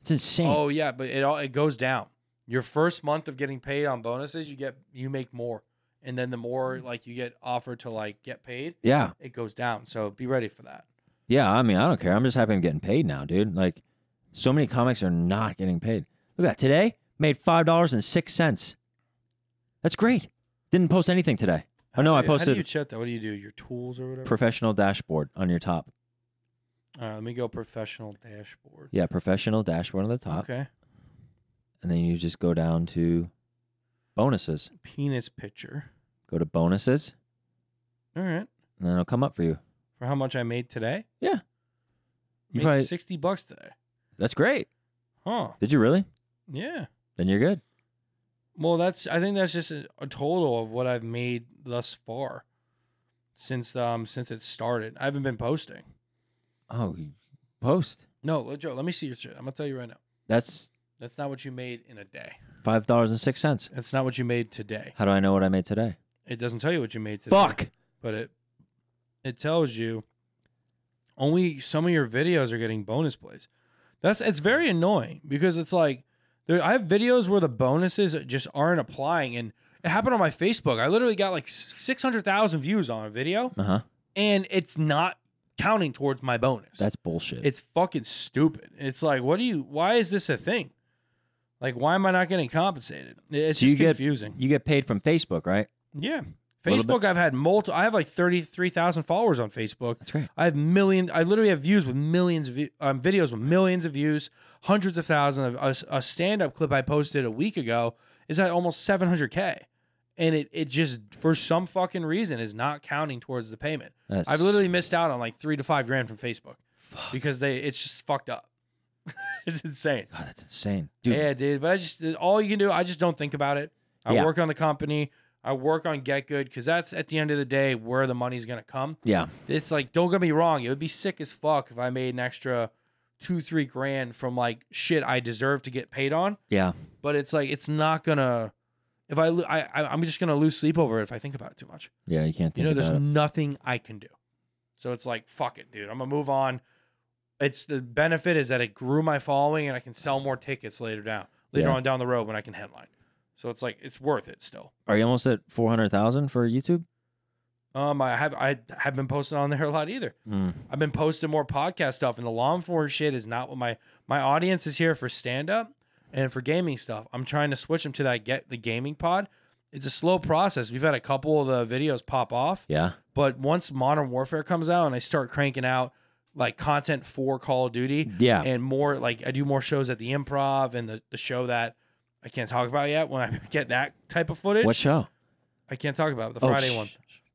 Speaker 2: It's insane.
Speaker 1: Oh yeah, but it all it goes down. Your first month of getting paid on bonuses, you get you make more, and then the more
Speaker 2: Hmm.
Speaker 1: like you get offered to like get paid,
Speaker 2: Yeah,
Speaker 1: it goes down. So be ready for that.
Speaker 2: yeah. I mean, I don't care. I'm just happy I'm getting paid now, dude. Like, so many comics are not getting paid. Look at that. Today made five dollars and six cents. That's great. Didn't post anything today. Oh, no,
Speaker 1: How
Speaker 2: I
Speaker 1: do you- How
Speaker 2: posted-
Speaker 1: do you check that? What do you do? Your tools or whatever.
Speaker 2: professional dashboard on your top.
Speaker 1: All right, let me go professional dashboard.
Speaker 2: Yeah, professional dashboard on the top.
Speaker 1: Okay.
Speaker 2: And then you just go down to bonuses.
Speaker 1: Penis picture.
Speaker 2: Go to bonuses,
Speaker 1: All right.
Speaker 2: and then it'll come up for you.
Speaker 1: For how much I made today?
Speaker 2: Yeah. You
Speaker 1: Made
Speaker 2: probably-
Speaker 1: sixty bucks today.
Speaker 2: That's great.
Speaker 1: Huh.
Speaker 2: Did you really?
Speaker 1: Yeah.
Speaker 2: Then you're good.
Speaker 1: Well, that's I think that's just a, a total of what I've made thus far since um since it started. I haven't been posting.
Speaker 2: Oh, you post.
Speaker 1: No, let- Joe, let me see your shit. I'm gonna tell you right now.
Speaker 2: That's
Speaker 1: That's not what you made in a day.
Speaker 2: five dollars and six cents.
Speaker 1: That's not what you made today.
Speaker 2: How do I know what I made today?
Speaker 1: It doesn't tell you what you made today.
Speaker 2: Fuck.
Speaker 1: But it it tells you only some of your videos are getting bonus plays. That's it's very annoying because it's like there, I have videos where the bonuses just aren't applying, and it happened on my Facebook. I literally got like six hundred thousand views on a video,
Speaker 2: Uh huh.
Speaker 1: and it's not counting towards my bonus.
Speaker 2: That's bullshit.
Speaker 1: It's fucking stupid. It's like, what do you? Why is this a thing? Like, why am I not getting compensated? It's
Speaker 2: Do you
Speaker 1: just
Speaker 2: get-
Speaker 1: confusing.
Speaker 2: you get paid from Facebook, right?
Speaker 1: Yeah,
Speaker 2: Little bit.
Speaker 1: Facebook. I've had multiple. I have like thirty three thousand followers on Facebook.
Speaker 2: That's great.
Speaker 1: I have million. I literally have views with millions of vi- um, videos with millions of views, hundreds of thousands. Of, a stand up clip I posted a week ago is at almost seven hundred k, and it it just for some fucking reason is not counting towards the payment.
Speaker 2: That's,
Speaker 1: I've literally missed out on like three to five grand from Facebook because they it's just fucked up. it's insane.
Speaker 2: God, that's insane, dude.
Speaker 1: Yeah, dude. But I just all you can do. I just don't think about it. I
Speaker 2: Yeah.
Speaker 1: work on the company. I work on Get Good because that's at the end of the day where the money's gonna come.
Speaker 2: yeah.
Speaker 1: It's like don't get me wrong. It would be sick as fuck if I made an extra two three grand from like shit I deserve to get paid on.
Speaker 2: Yeah.
Speaker 1: But it's like it's not gonna. If I, lo- I, I I'm just gonna lose sleep over it if I think about it too much.
Speaker 2: Yeah, you can't
Speaker 1: You
Speaker 2: think
Speaker 1: know, there's
Speaker 2: about it.
Speaker 1: nothing I can do. So it's like, fuck it, dude. I'm gonna move on. It's the benefit is that it grew my following and I can sell more tickets later down, later
Speaker 2: Yeah.
Speaker 1: on down the road when I can headline. So it's like it's worth it still.
Speaker 2: Are you almost at four hundred thousand for YouTube?
Speaker 1: Um, I have I have been posting on there a lot either.
Speaker 2: Mm.
Speaker 1: I've been posting more podcast stuff, and the law enforcement shit is not what my my audience is here for stand up and for gaming stuff. I'm trying to switch them to that get the gaming pod. It's a slow process. We've had a couple of the videos pop off,
Speaker 2: Yeah.
Speaker 1: but once Modern Warfare comes out and I start cranking out like content for Call of Duty
Speaker 2: Yeah.
Speaker 1: and more, like I do more shows at the Improv and the, the show that I can't talk about yet. When I get that type of footage,
Speaker 2: What show?
Speaker 1: I can't talk about it, the
Speaker 2: Oh,
Speaker 1: Friday
Speaker 2: sh-
Speaker 1: one.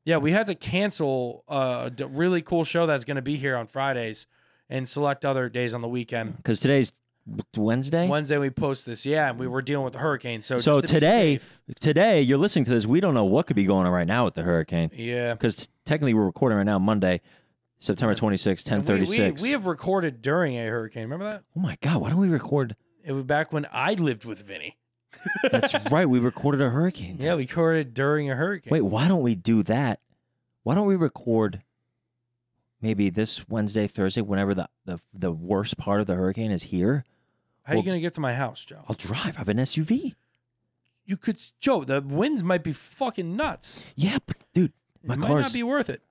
Speaker 1: Yeah, we had to cancel uh, a d- really cool show that's going to be here on Fridays and select other days on the weekend.
Speaker 2: Because today's Wednesday.
Speaker 1: Wednesday we post this. Yeah, and we were dealing with the hurricane, so
Speaker 2: so
Speaker 1: just to be
Speaker 2: today,
Speaker 1: safe-
Speaker 2: today you're listening to this. We don't know what could be going on right now with the hurricane.
Speaker 1: yeah,
Speaker 2: Because technically we're recording right now, Monday, September twenty sixth, ten
Speaker 1: And we-
Speaker 2: thirty
Speaker 1: We, we,
Speaker 2: six.
Speaker 1: have recorded during a hurricane. Remember that?
Speaker 2: Oh my god! Why don't we record?
Speaker 1: It was back when I lived with Vinny.
Speaker 2: That's right. We recorded a hurricane.
Speaker 1: Yeah, we recorded during a hurricane.
Speaker 2: Wait, why don't we do that? Why don't we record maybe this Wednesday, Thursday, whenever the, the, the worst part of the hurricane is here?
Speaker 1: how are you
Speaker 2: well-
Speaker 1: going to get to my house, Joe?
Speaker 2: I'll drive. I have an SUV.
Speaker 1: You could, s- Joe. The winds might be fucking nuts.
Speaker 2: Yeah, but dude, my
Speaker 1: it might
Speaker 2: car's.
Speaker 1: not be worth it.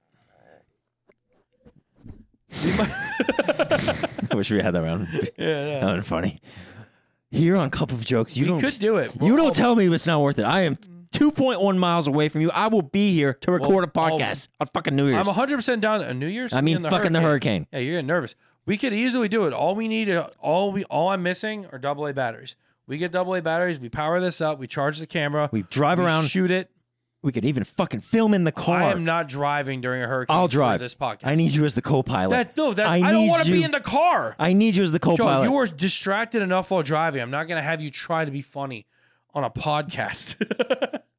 Speaker 2: I wish we had that around.
Speaker 1: Yeah,
Speaker 2: that would funny. Here on Cup of Jokes, you
Speaker 1: we
Speaker 2: don't.
Speaker 1: could do it.
Speaker 2: you
Speaker 1: We'll-
Speaker 2: don't
Speaker 1: I'll-
Speaker 2: tell me it's not worth it. I am 2.1 miles away from you. I will be here to record
Speaker 1: I'll-
Speaker 2: a podcast on fucking New
Speaker 1: I'm
Speaker 2: Year's.
Speaker 1: 100 percent down on New Year's.
Speaker 2: I mean,
Speaker 1: and the
Speaker 2: fucking the
Speaker 1: hurricane.
Speaker 2: hurricane.
Speaker 1: Yeah, you're getting nervous. We could easily do it. All we need, uh, all we, all I'm missing are double A batteries. We get double A batteries. We power this up. We charge the camera.
Speaker 2: We drive
Speaker 1: we
Speaker 2: around.
Speaker 1: shoot it.
Speaker 2: We could even fucking film in the car.
Speaker 1: I am not driving during a hurricane.
Speaker 2: I'll
Speaker 1: for
Speaker 2: drive.
Speaker 1: this podcast.
Speaker 2: I need you as the co-pilot.
Speaker 1: that. No, that
Speaker 2: I
Speaker 1: I, don't
Speaker 2: need
Speaker 1: want to be
Speaker 2: you-
Speaker 1: in the car.
Speaker 2: I need you as the
Speaker 1: Joe,
Speaker 2: co-pilot.
Speaker 1: you are distracted enough while driving. I'm not going to have you try to be funny on a podcast.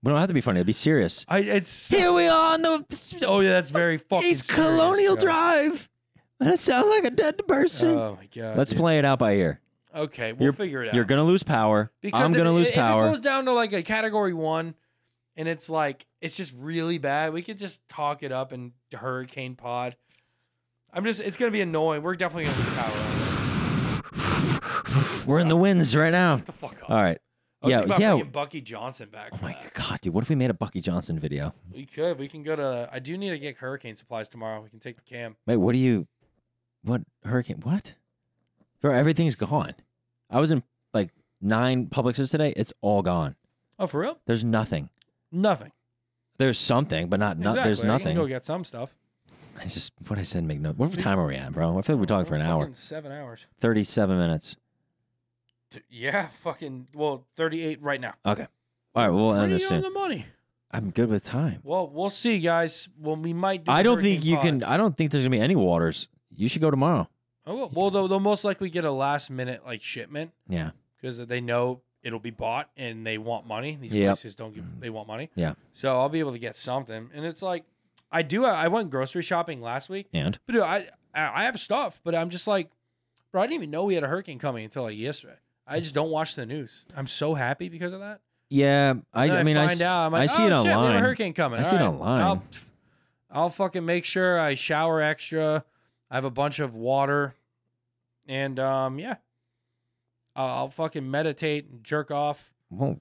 Speaker 2: we don't have to be funny. It'll be serious.
Speaker 1: I, it's
Speaker 2: Here we are on the
Speaker 1: oh yeah, that's very fucking.
Speaker 2: East
Speaker 1: serious,
Speaker 2: Colonial
Speaker 1: Joe.
Speaker 2: Drive. I sound like a dead person.
Speaker 1: Oh my god.
Speaker 2: Let's
Speaker 1: dude.
Speaker 2: play it out by ear.
Speaker 1: Okay, we'll
Speaker 2: You're-
Speaker 1: figure it out.
Speaker 2: You're gonna lose power.
Speaker 1: Because
Speaker 2: I'm
Speaker 1: if
Speaker 2: gonna
Speaker 1: it-
Speaker 2: lose
Speaker 1: if
Speaker 2: power.
Speaker 1: It goes down to like a category one, and it's like it's just really bad. We could just talk it up and hurricane pod. I'm just. It's gonna be annoying. We're definitely gonna lose power. on it.
Speaker 2: We're in the winds right now.
Speaker 1: Shut the fuck up.
Speaker 2: All right.
Speaker 1: I was
Speaker 2: yeah,
Speaker 1: thinking about
Speaker 2: yeah.
Speaker 1: bringing Bucky Johnson back.
Speaker 2: Oh
Speaker 1: for
Speaker 2: my
Speaker 1: that.
Speaker 2: god, dude! What if we made a Bucky Johnson video?
Speaker 1: We could. We can go to. I do need to get hurricane supplies tomorrow. We can take the cam.
Speaker 2: Wait, what do you? What hurricane? What? Bro, everything's gone. I was in like nine Publixes today. It's all gone.
Speaker 1: Oh, for real?
Speaker 2: There's nothing.
Speaker 1: Nothing.
Speaker 2: There's something, but not, not
Speaker 1: exactly.
Speaker 2: there's
Speaker 1: I can go
Speaker 2: nothing.
Speaker 1: get some stuff.
Speaker 2: I just what I said make no. What time are we at, bro? I feel like we talked for an hour.
Speaker 1: Fucking Seven hours.
Speaker 2: Thirty-seven minutes.
Speaker 1: Dude, Yeah, fucking. Well, 38 right now.
Speaker 2: Okay. All right, we'll end
Speaker 1: Pretty
Speaker 2: this
Speaker 1: on
Speaker 2: soon.
Speaker 1: the money.
Speaker 2: I'm good with time.
Speaker 1: Well, we'll see, guys. Well, we might. Do
Speaker 2: I
Speaker 1: the
Speaker 2: don't think
Speaker 1: hurricane
Speaker 2: you
Speaker 1: pod.
Speaker 2: can. I don't think there's gonna be any waters. You should go tomorrow.
Speaker 1: Oh, well, well, they'll, they'll most likely get a last minute like shipment
Speaker 2: Yeah.
Speaker 1: because they know it'll be bought and they want money. These
Speaker 2: Yep.
Speaker 1: places don't give they want money.
Speaker 2: Yeah.
Speaker 1: So I'll be able to get something, and it's like I do. I went grocery shopping last week,
Speaker 2: And
Speaker 1: but dude, I I I have stuff, but I'm just like, bro, I didn't even know we had a hurricane coming until like yesterday. I just don't watch the news. I'm so happy because of that.
Speaker 2: yeah, I,
Speaker 1: And
Speaker 2: I mean, I,
Speaker 1: find
Speaker 2: s-
Speaker 1: out, I'm like,
Speaker 2: I see
Speaker 1: oh,
Speaker 2: it
Speaker 1: shit, We have a
Speaker 2: online.
Speaker 1: hurricane coming.
Speaker 2: I
Speaker 1: All
Speaker 2: see it
Speaker 1: right,
Speaker 2: online.
Speaker 1: I'll, I'll fucking make sure I shower extra. I have a bunch of water, and um, yeah, I'll, I'll fucking meditate and jerk off.
Speaker 2: Well,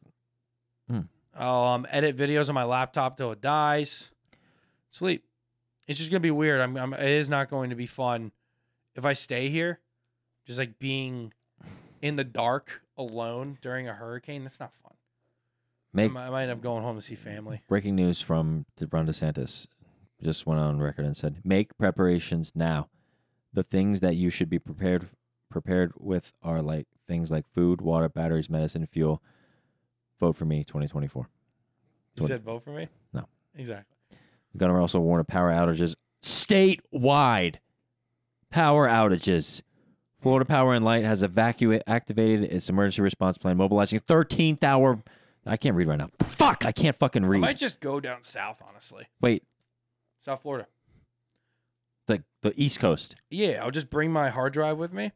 Speaker 1: I'll um, edit videos on my laptop till it dies. Sleep. It's just gonna be weird. I'm, I'm. It is not going to be fun if I stay here. Just like being in the dark alone during a hurricane. That's not fun. I
Speaker 2: make
Speaker 1: might- I might end up going home to see family.
Speaker 2: breaking news from De- Ron DeSantis. Just went on record and said, make preparations now. The things that you should be prepared prepared with are like things like food, water, batteries, medicine, fuel. Vote for me, 2024.
Speaker 1: You
Speaker 2: What-
Speaker 1: said vote for me?
Speaker 2: No.
Speaker 1: Exactly.
Speaker 2: The governor also warned of power outages statewide. Power outages. Florida Power and Light has evacuated activated its emergency response plan, mobilizing 13th hour. I can't read right now. Fuck, I can't fucking
Speaker 1: I
Speaker 2: read.
Speaker 1: might just go down south, honestly.
Speaker 2: Wait,
Speaker 1: South Florida.
Speaker 2: like the East Coast
Speaker 1: Yeah, I'll just bring my hard drive with me.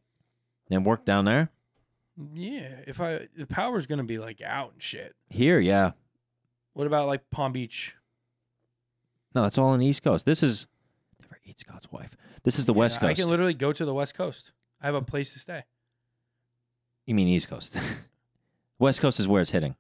Speaker 2: and work down there.
Speaker 1: Yeah, if I the power's gonna be like out and shit.
Speaker 2: Here, yeah,
Speaker 1: What about like Palm Beach?
Speaker 2: No, that's all on the East Coast. This is never eat Scott's wife. This is the West
Speaker 1: Yeah,
Speaker 2: Coast.
Speaker 1: I can literally go to the West Coast. I have a place to stay.
Speaker 2: you mean East Coast? West Coast is where it's hitting.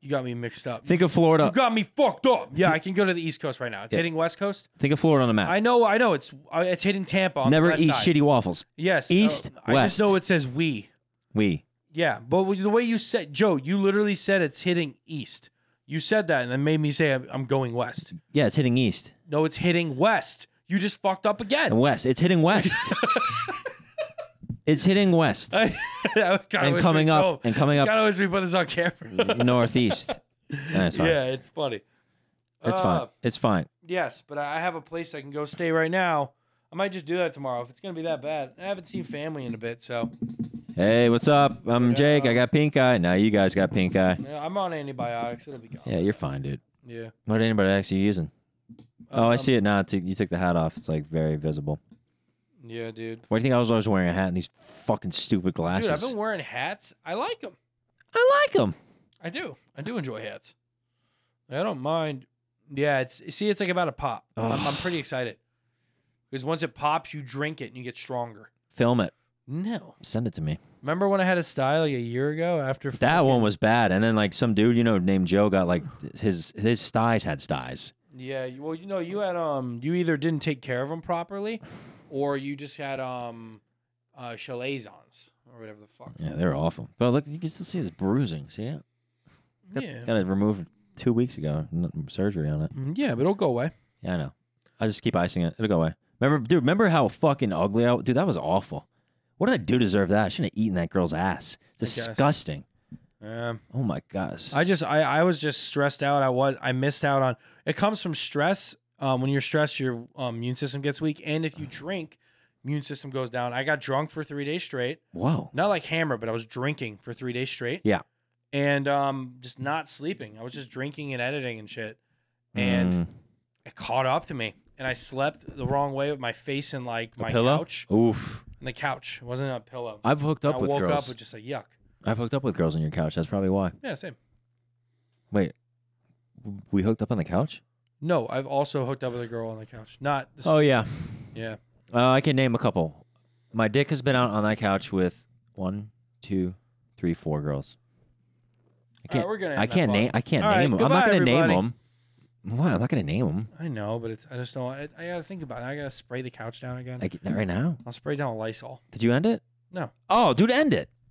Speaker 1: You got me mixed up.
Speaker 2: Think of Florida.
Speaker 1: you got me fucked up. Yeah, I can go to the East Coast right now. It's
Speaker 2: Yeah.
Speaker 1: hitting West Coast.
Speaker 2: Think of Florida on the map.
Speaker 1: I know. I know. It's uh, it's hitting Tampa. On the
Speaker 2: Never
Speaker 1: west
Speaker 2: eat
Speaker 1: side.
Speaker 2: shitty waffles.
Speaker 1: Yes.
Speaker 2: East,
Speaker 1: uh, I
Speaker 2: west.
Speaker 1: just know it says we.
Speaker 2: We.
Speaker 1: Yeah, but the way you said, Joe, you literally said it's hitting east. You said that, and it made me say I'm I'm going west.
Speaker 2: Yeah, it's hitting east
Speaker 1: No, it's hitting west. You just fucked up
Speaker 2: and
Speaker 1: again.
Speaker 2: west. It's hitting west. it's hitting west
Speaker 1: I, God, I
Speaker 2: and
Speaker 1: wish
Speaker 2: coming
Speaker 1: we-
Speaker 2: up
Speaker 1: oh,
Speaker 2: and coming up
Speaker 1: God, I wish we put this on camera.
Speaker 2: northeast. That's fine.
Speaker 1: yeah, it's funny.
Speaker 2: It's
Speaker 1: Uh,
Speaker 2: fine. It's fine.
Speaker 1: Yes, but I I have a place I can go stay right now. I might just do that tomorrow if it's gonna be that bad. I haven't seen family in a bit, so
Speaker 2: Hey, what's up? I'm Jake. I got pink eye. Now you guys got pink eye.
Speaker 1: yeah, I'm on antibiotics. It'll be gone.
Speaker 2: Yeah, you're fine, dude.
Speaker 1: Yeah.
Speaker 2: What anybody actually using? Oh, I
Speaker 1: Um,
Speaker 2: see it now. It's, you took the hat off. It's like very visible.
Speaker 1: Yeah, dude.
Speaker 2: Why do you think I was always wearing a hat and these fucking stupid
Speaker 1: Dude,
Speaker 2: glasses?
Speaker 1: I've been wearing hats. I like them.
Speaker 2: I like them.
Speaker 1: I do. I do enjoy hats. I don't mind. Yeah, it's see, it's like about a pop. I'm, I'm
Speaker 2: Ugh.
Speaker 1: pretty excited because once it pops, you drink it and you get stronger.
Speaker 2: Film it.
Speaker 1: No,
Speaker 2: Send it to me.
Speaker 1: remember when I had a style like a year ago after
Speaker 2: That
Speaker 1: fucking-
Speaker 2: one was bad. And then like some dude, you know, named Joe got like his his styes had styes.
Speaker 1: Yeah, you- well, you know, you had um, you either didn't take care of them properly, or you just had um, uh, chalazons or whatever the fuck.
Speaker 2: Yeah, they're awful. But look, you can still see this bruising. See it? Got,
Speaker 1: Yeah.
Speaker 2: got it removed two weeks ago. n- Surgery on it.
Speaker 1: Mm, yeah, but it'll go away.
Speaker 2: Yeah, I know. I just keep icing it. It'll go away. Remember, dude. Remember how fucking ugly I was? Dude, that was awful. What did I do to deserve that? I shouldn't have eaten that girl's ass.
Speaker 1: guess.
Speaker 2: Disgusting.
Speaker 1: Um,
Speaker 2: Oh my gosh.
Speaker 1: I just I, I was just stressed out. I was I missed out on it comes from stress. Um, when you're stressed, your um, immune system gets weak, and if you drink, immune system goes down. I got drunk for three days straight.
Speaker 2: whoa.
Speaker 1: Not like hammer, but I was drinking for three days straight.
Speaker 2: Yeah.
Speaker 1: and um, just not sleeping. I was just drinking and editing and shit, and
Speaker 2: Mm,
Speaker 1: it caught up to me. And I slept the wrong way with my face in like
Speaker 2: a
Speaker 1: my
Speaker 2: pillow?
Speaker 1: couch.
Speaker 2: Oof.
Speaker 1: And the couch it wasn't a pillow.
Speaker 2: I've hooked up
Speaker 1: I
Speaker 2: with
Speaker 1: woke
Speaker 2: girls.
Speaker 1: up with just a yuck.
Speaker 2: I've hooked up with girls on your couch. That's probably why.
Speaker 1: Yeah, same.
Speaker 2: Wait, w- we hooked up on the couch?
Speaker 1: No, I've also hooked up with a girl on the couch. Not this,
Speaker 2: Oh yeah.
Speaker 1: yeah.
Speaker 2: Uh, I can name a couple. My dick has been out on that couch with one, two, three, four girls. I
Speaker 1: All
Speaker 2: can't.
Speaker 1: right, we're gonna end
Speaker 2: I
Speaker 1: that
Speaker 2: can't
Speaker 1: pod.
Speaker 2: name. I can't
Speaker 1: All right,
Speaker 2: name them. I'm not
Speaker 1: goodbye,
Speaker 2: gonna
Speaker 1: everybody.
Speaker 2: name them. Why? I'm not gonna name them.
Speaker 1: I know, but it's I just don't. I, I gotta think about it. I gotta spray the couch down again.
Speaker 2: I, not right now.
Speaker 1: I'll spray down Lysol.
Speaker 2: Did you end it?
Speaker 1: No.
Speaker 2: Oh, dude, end it.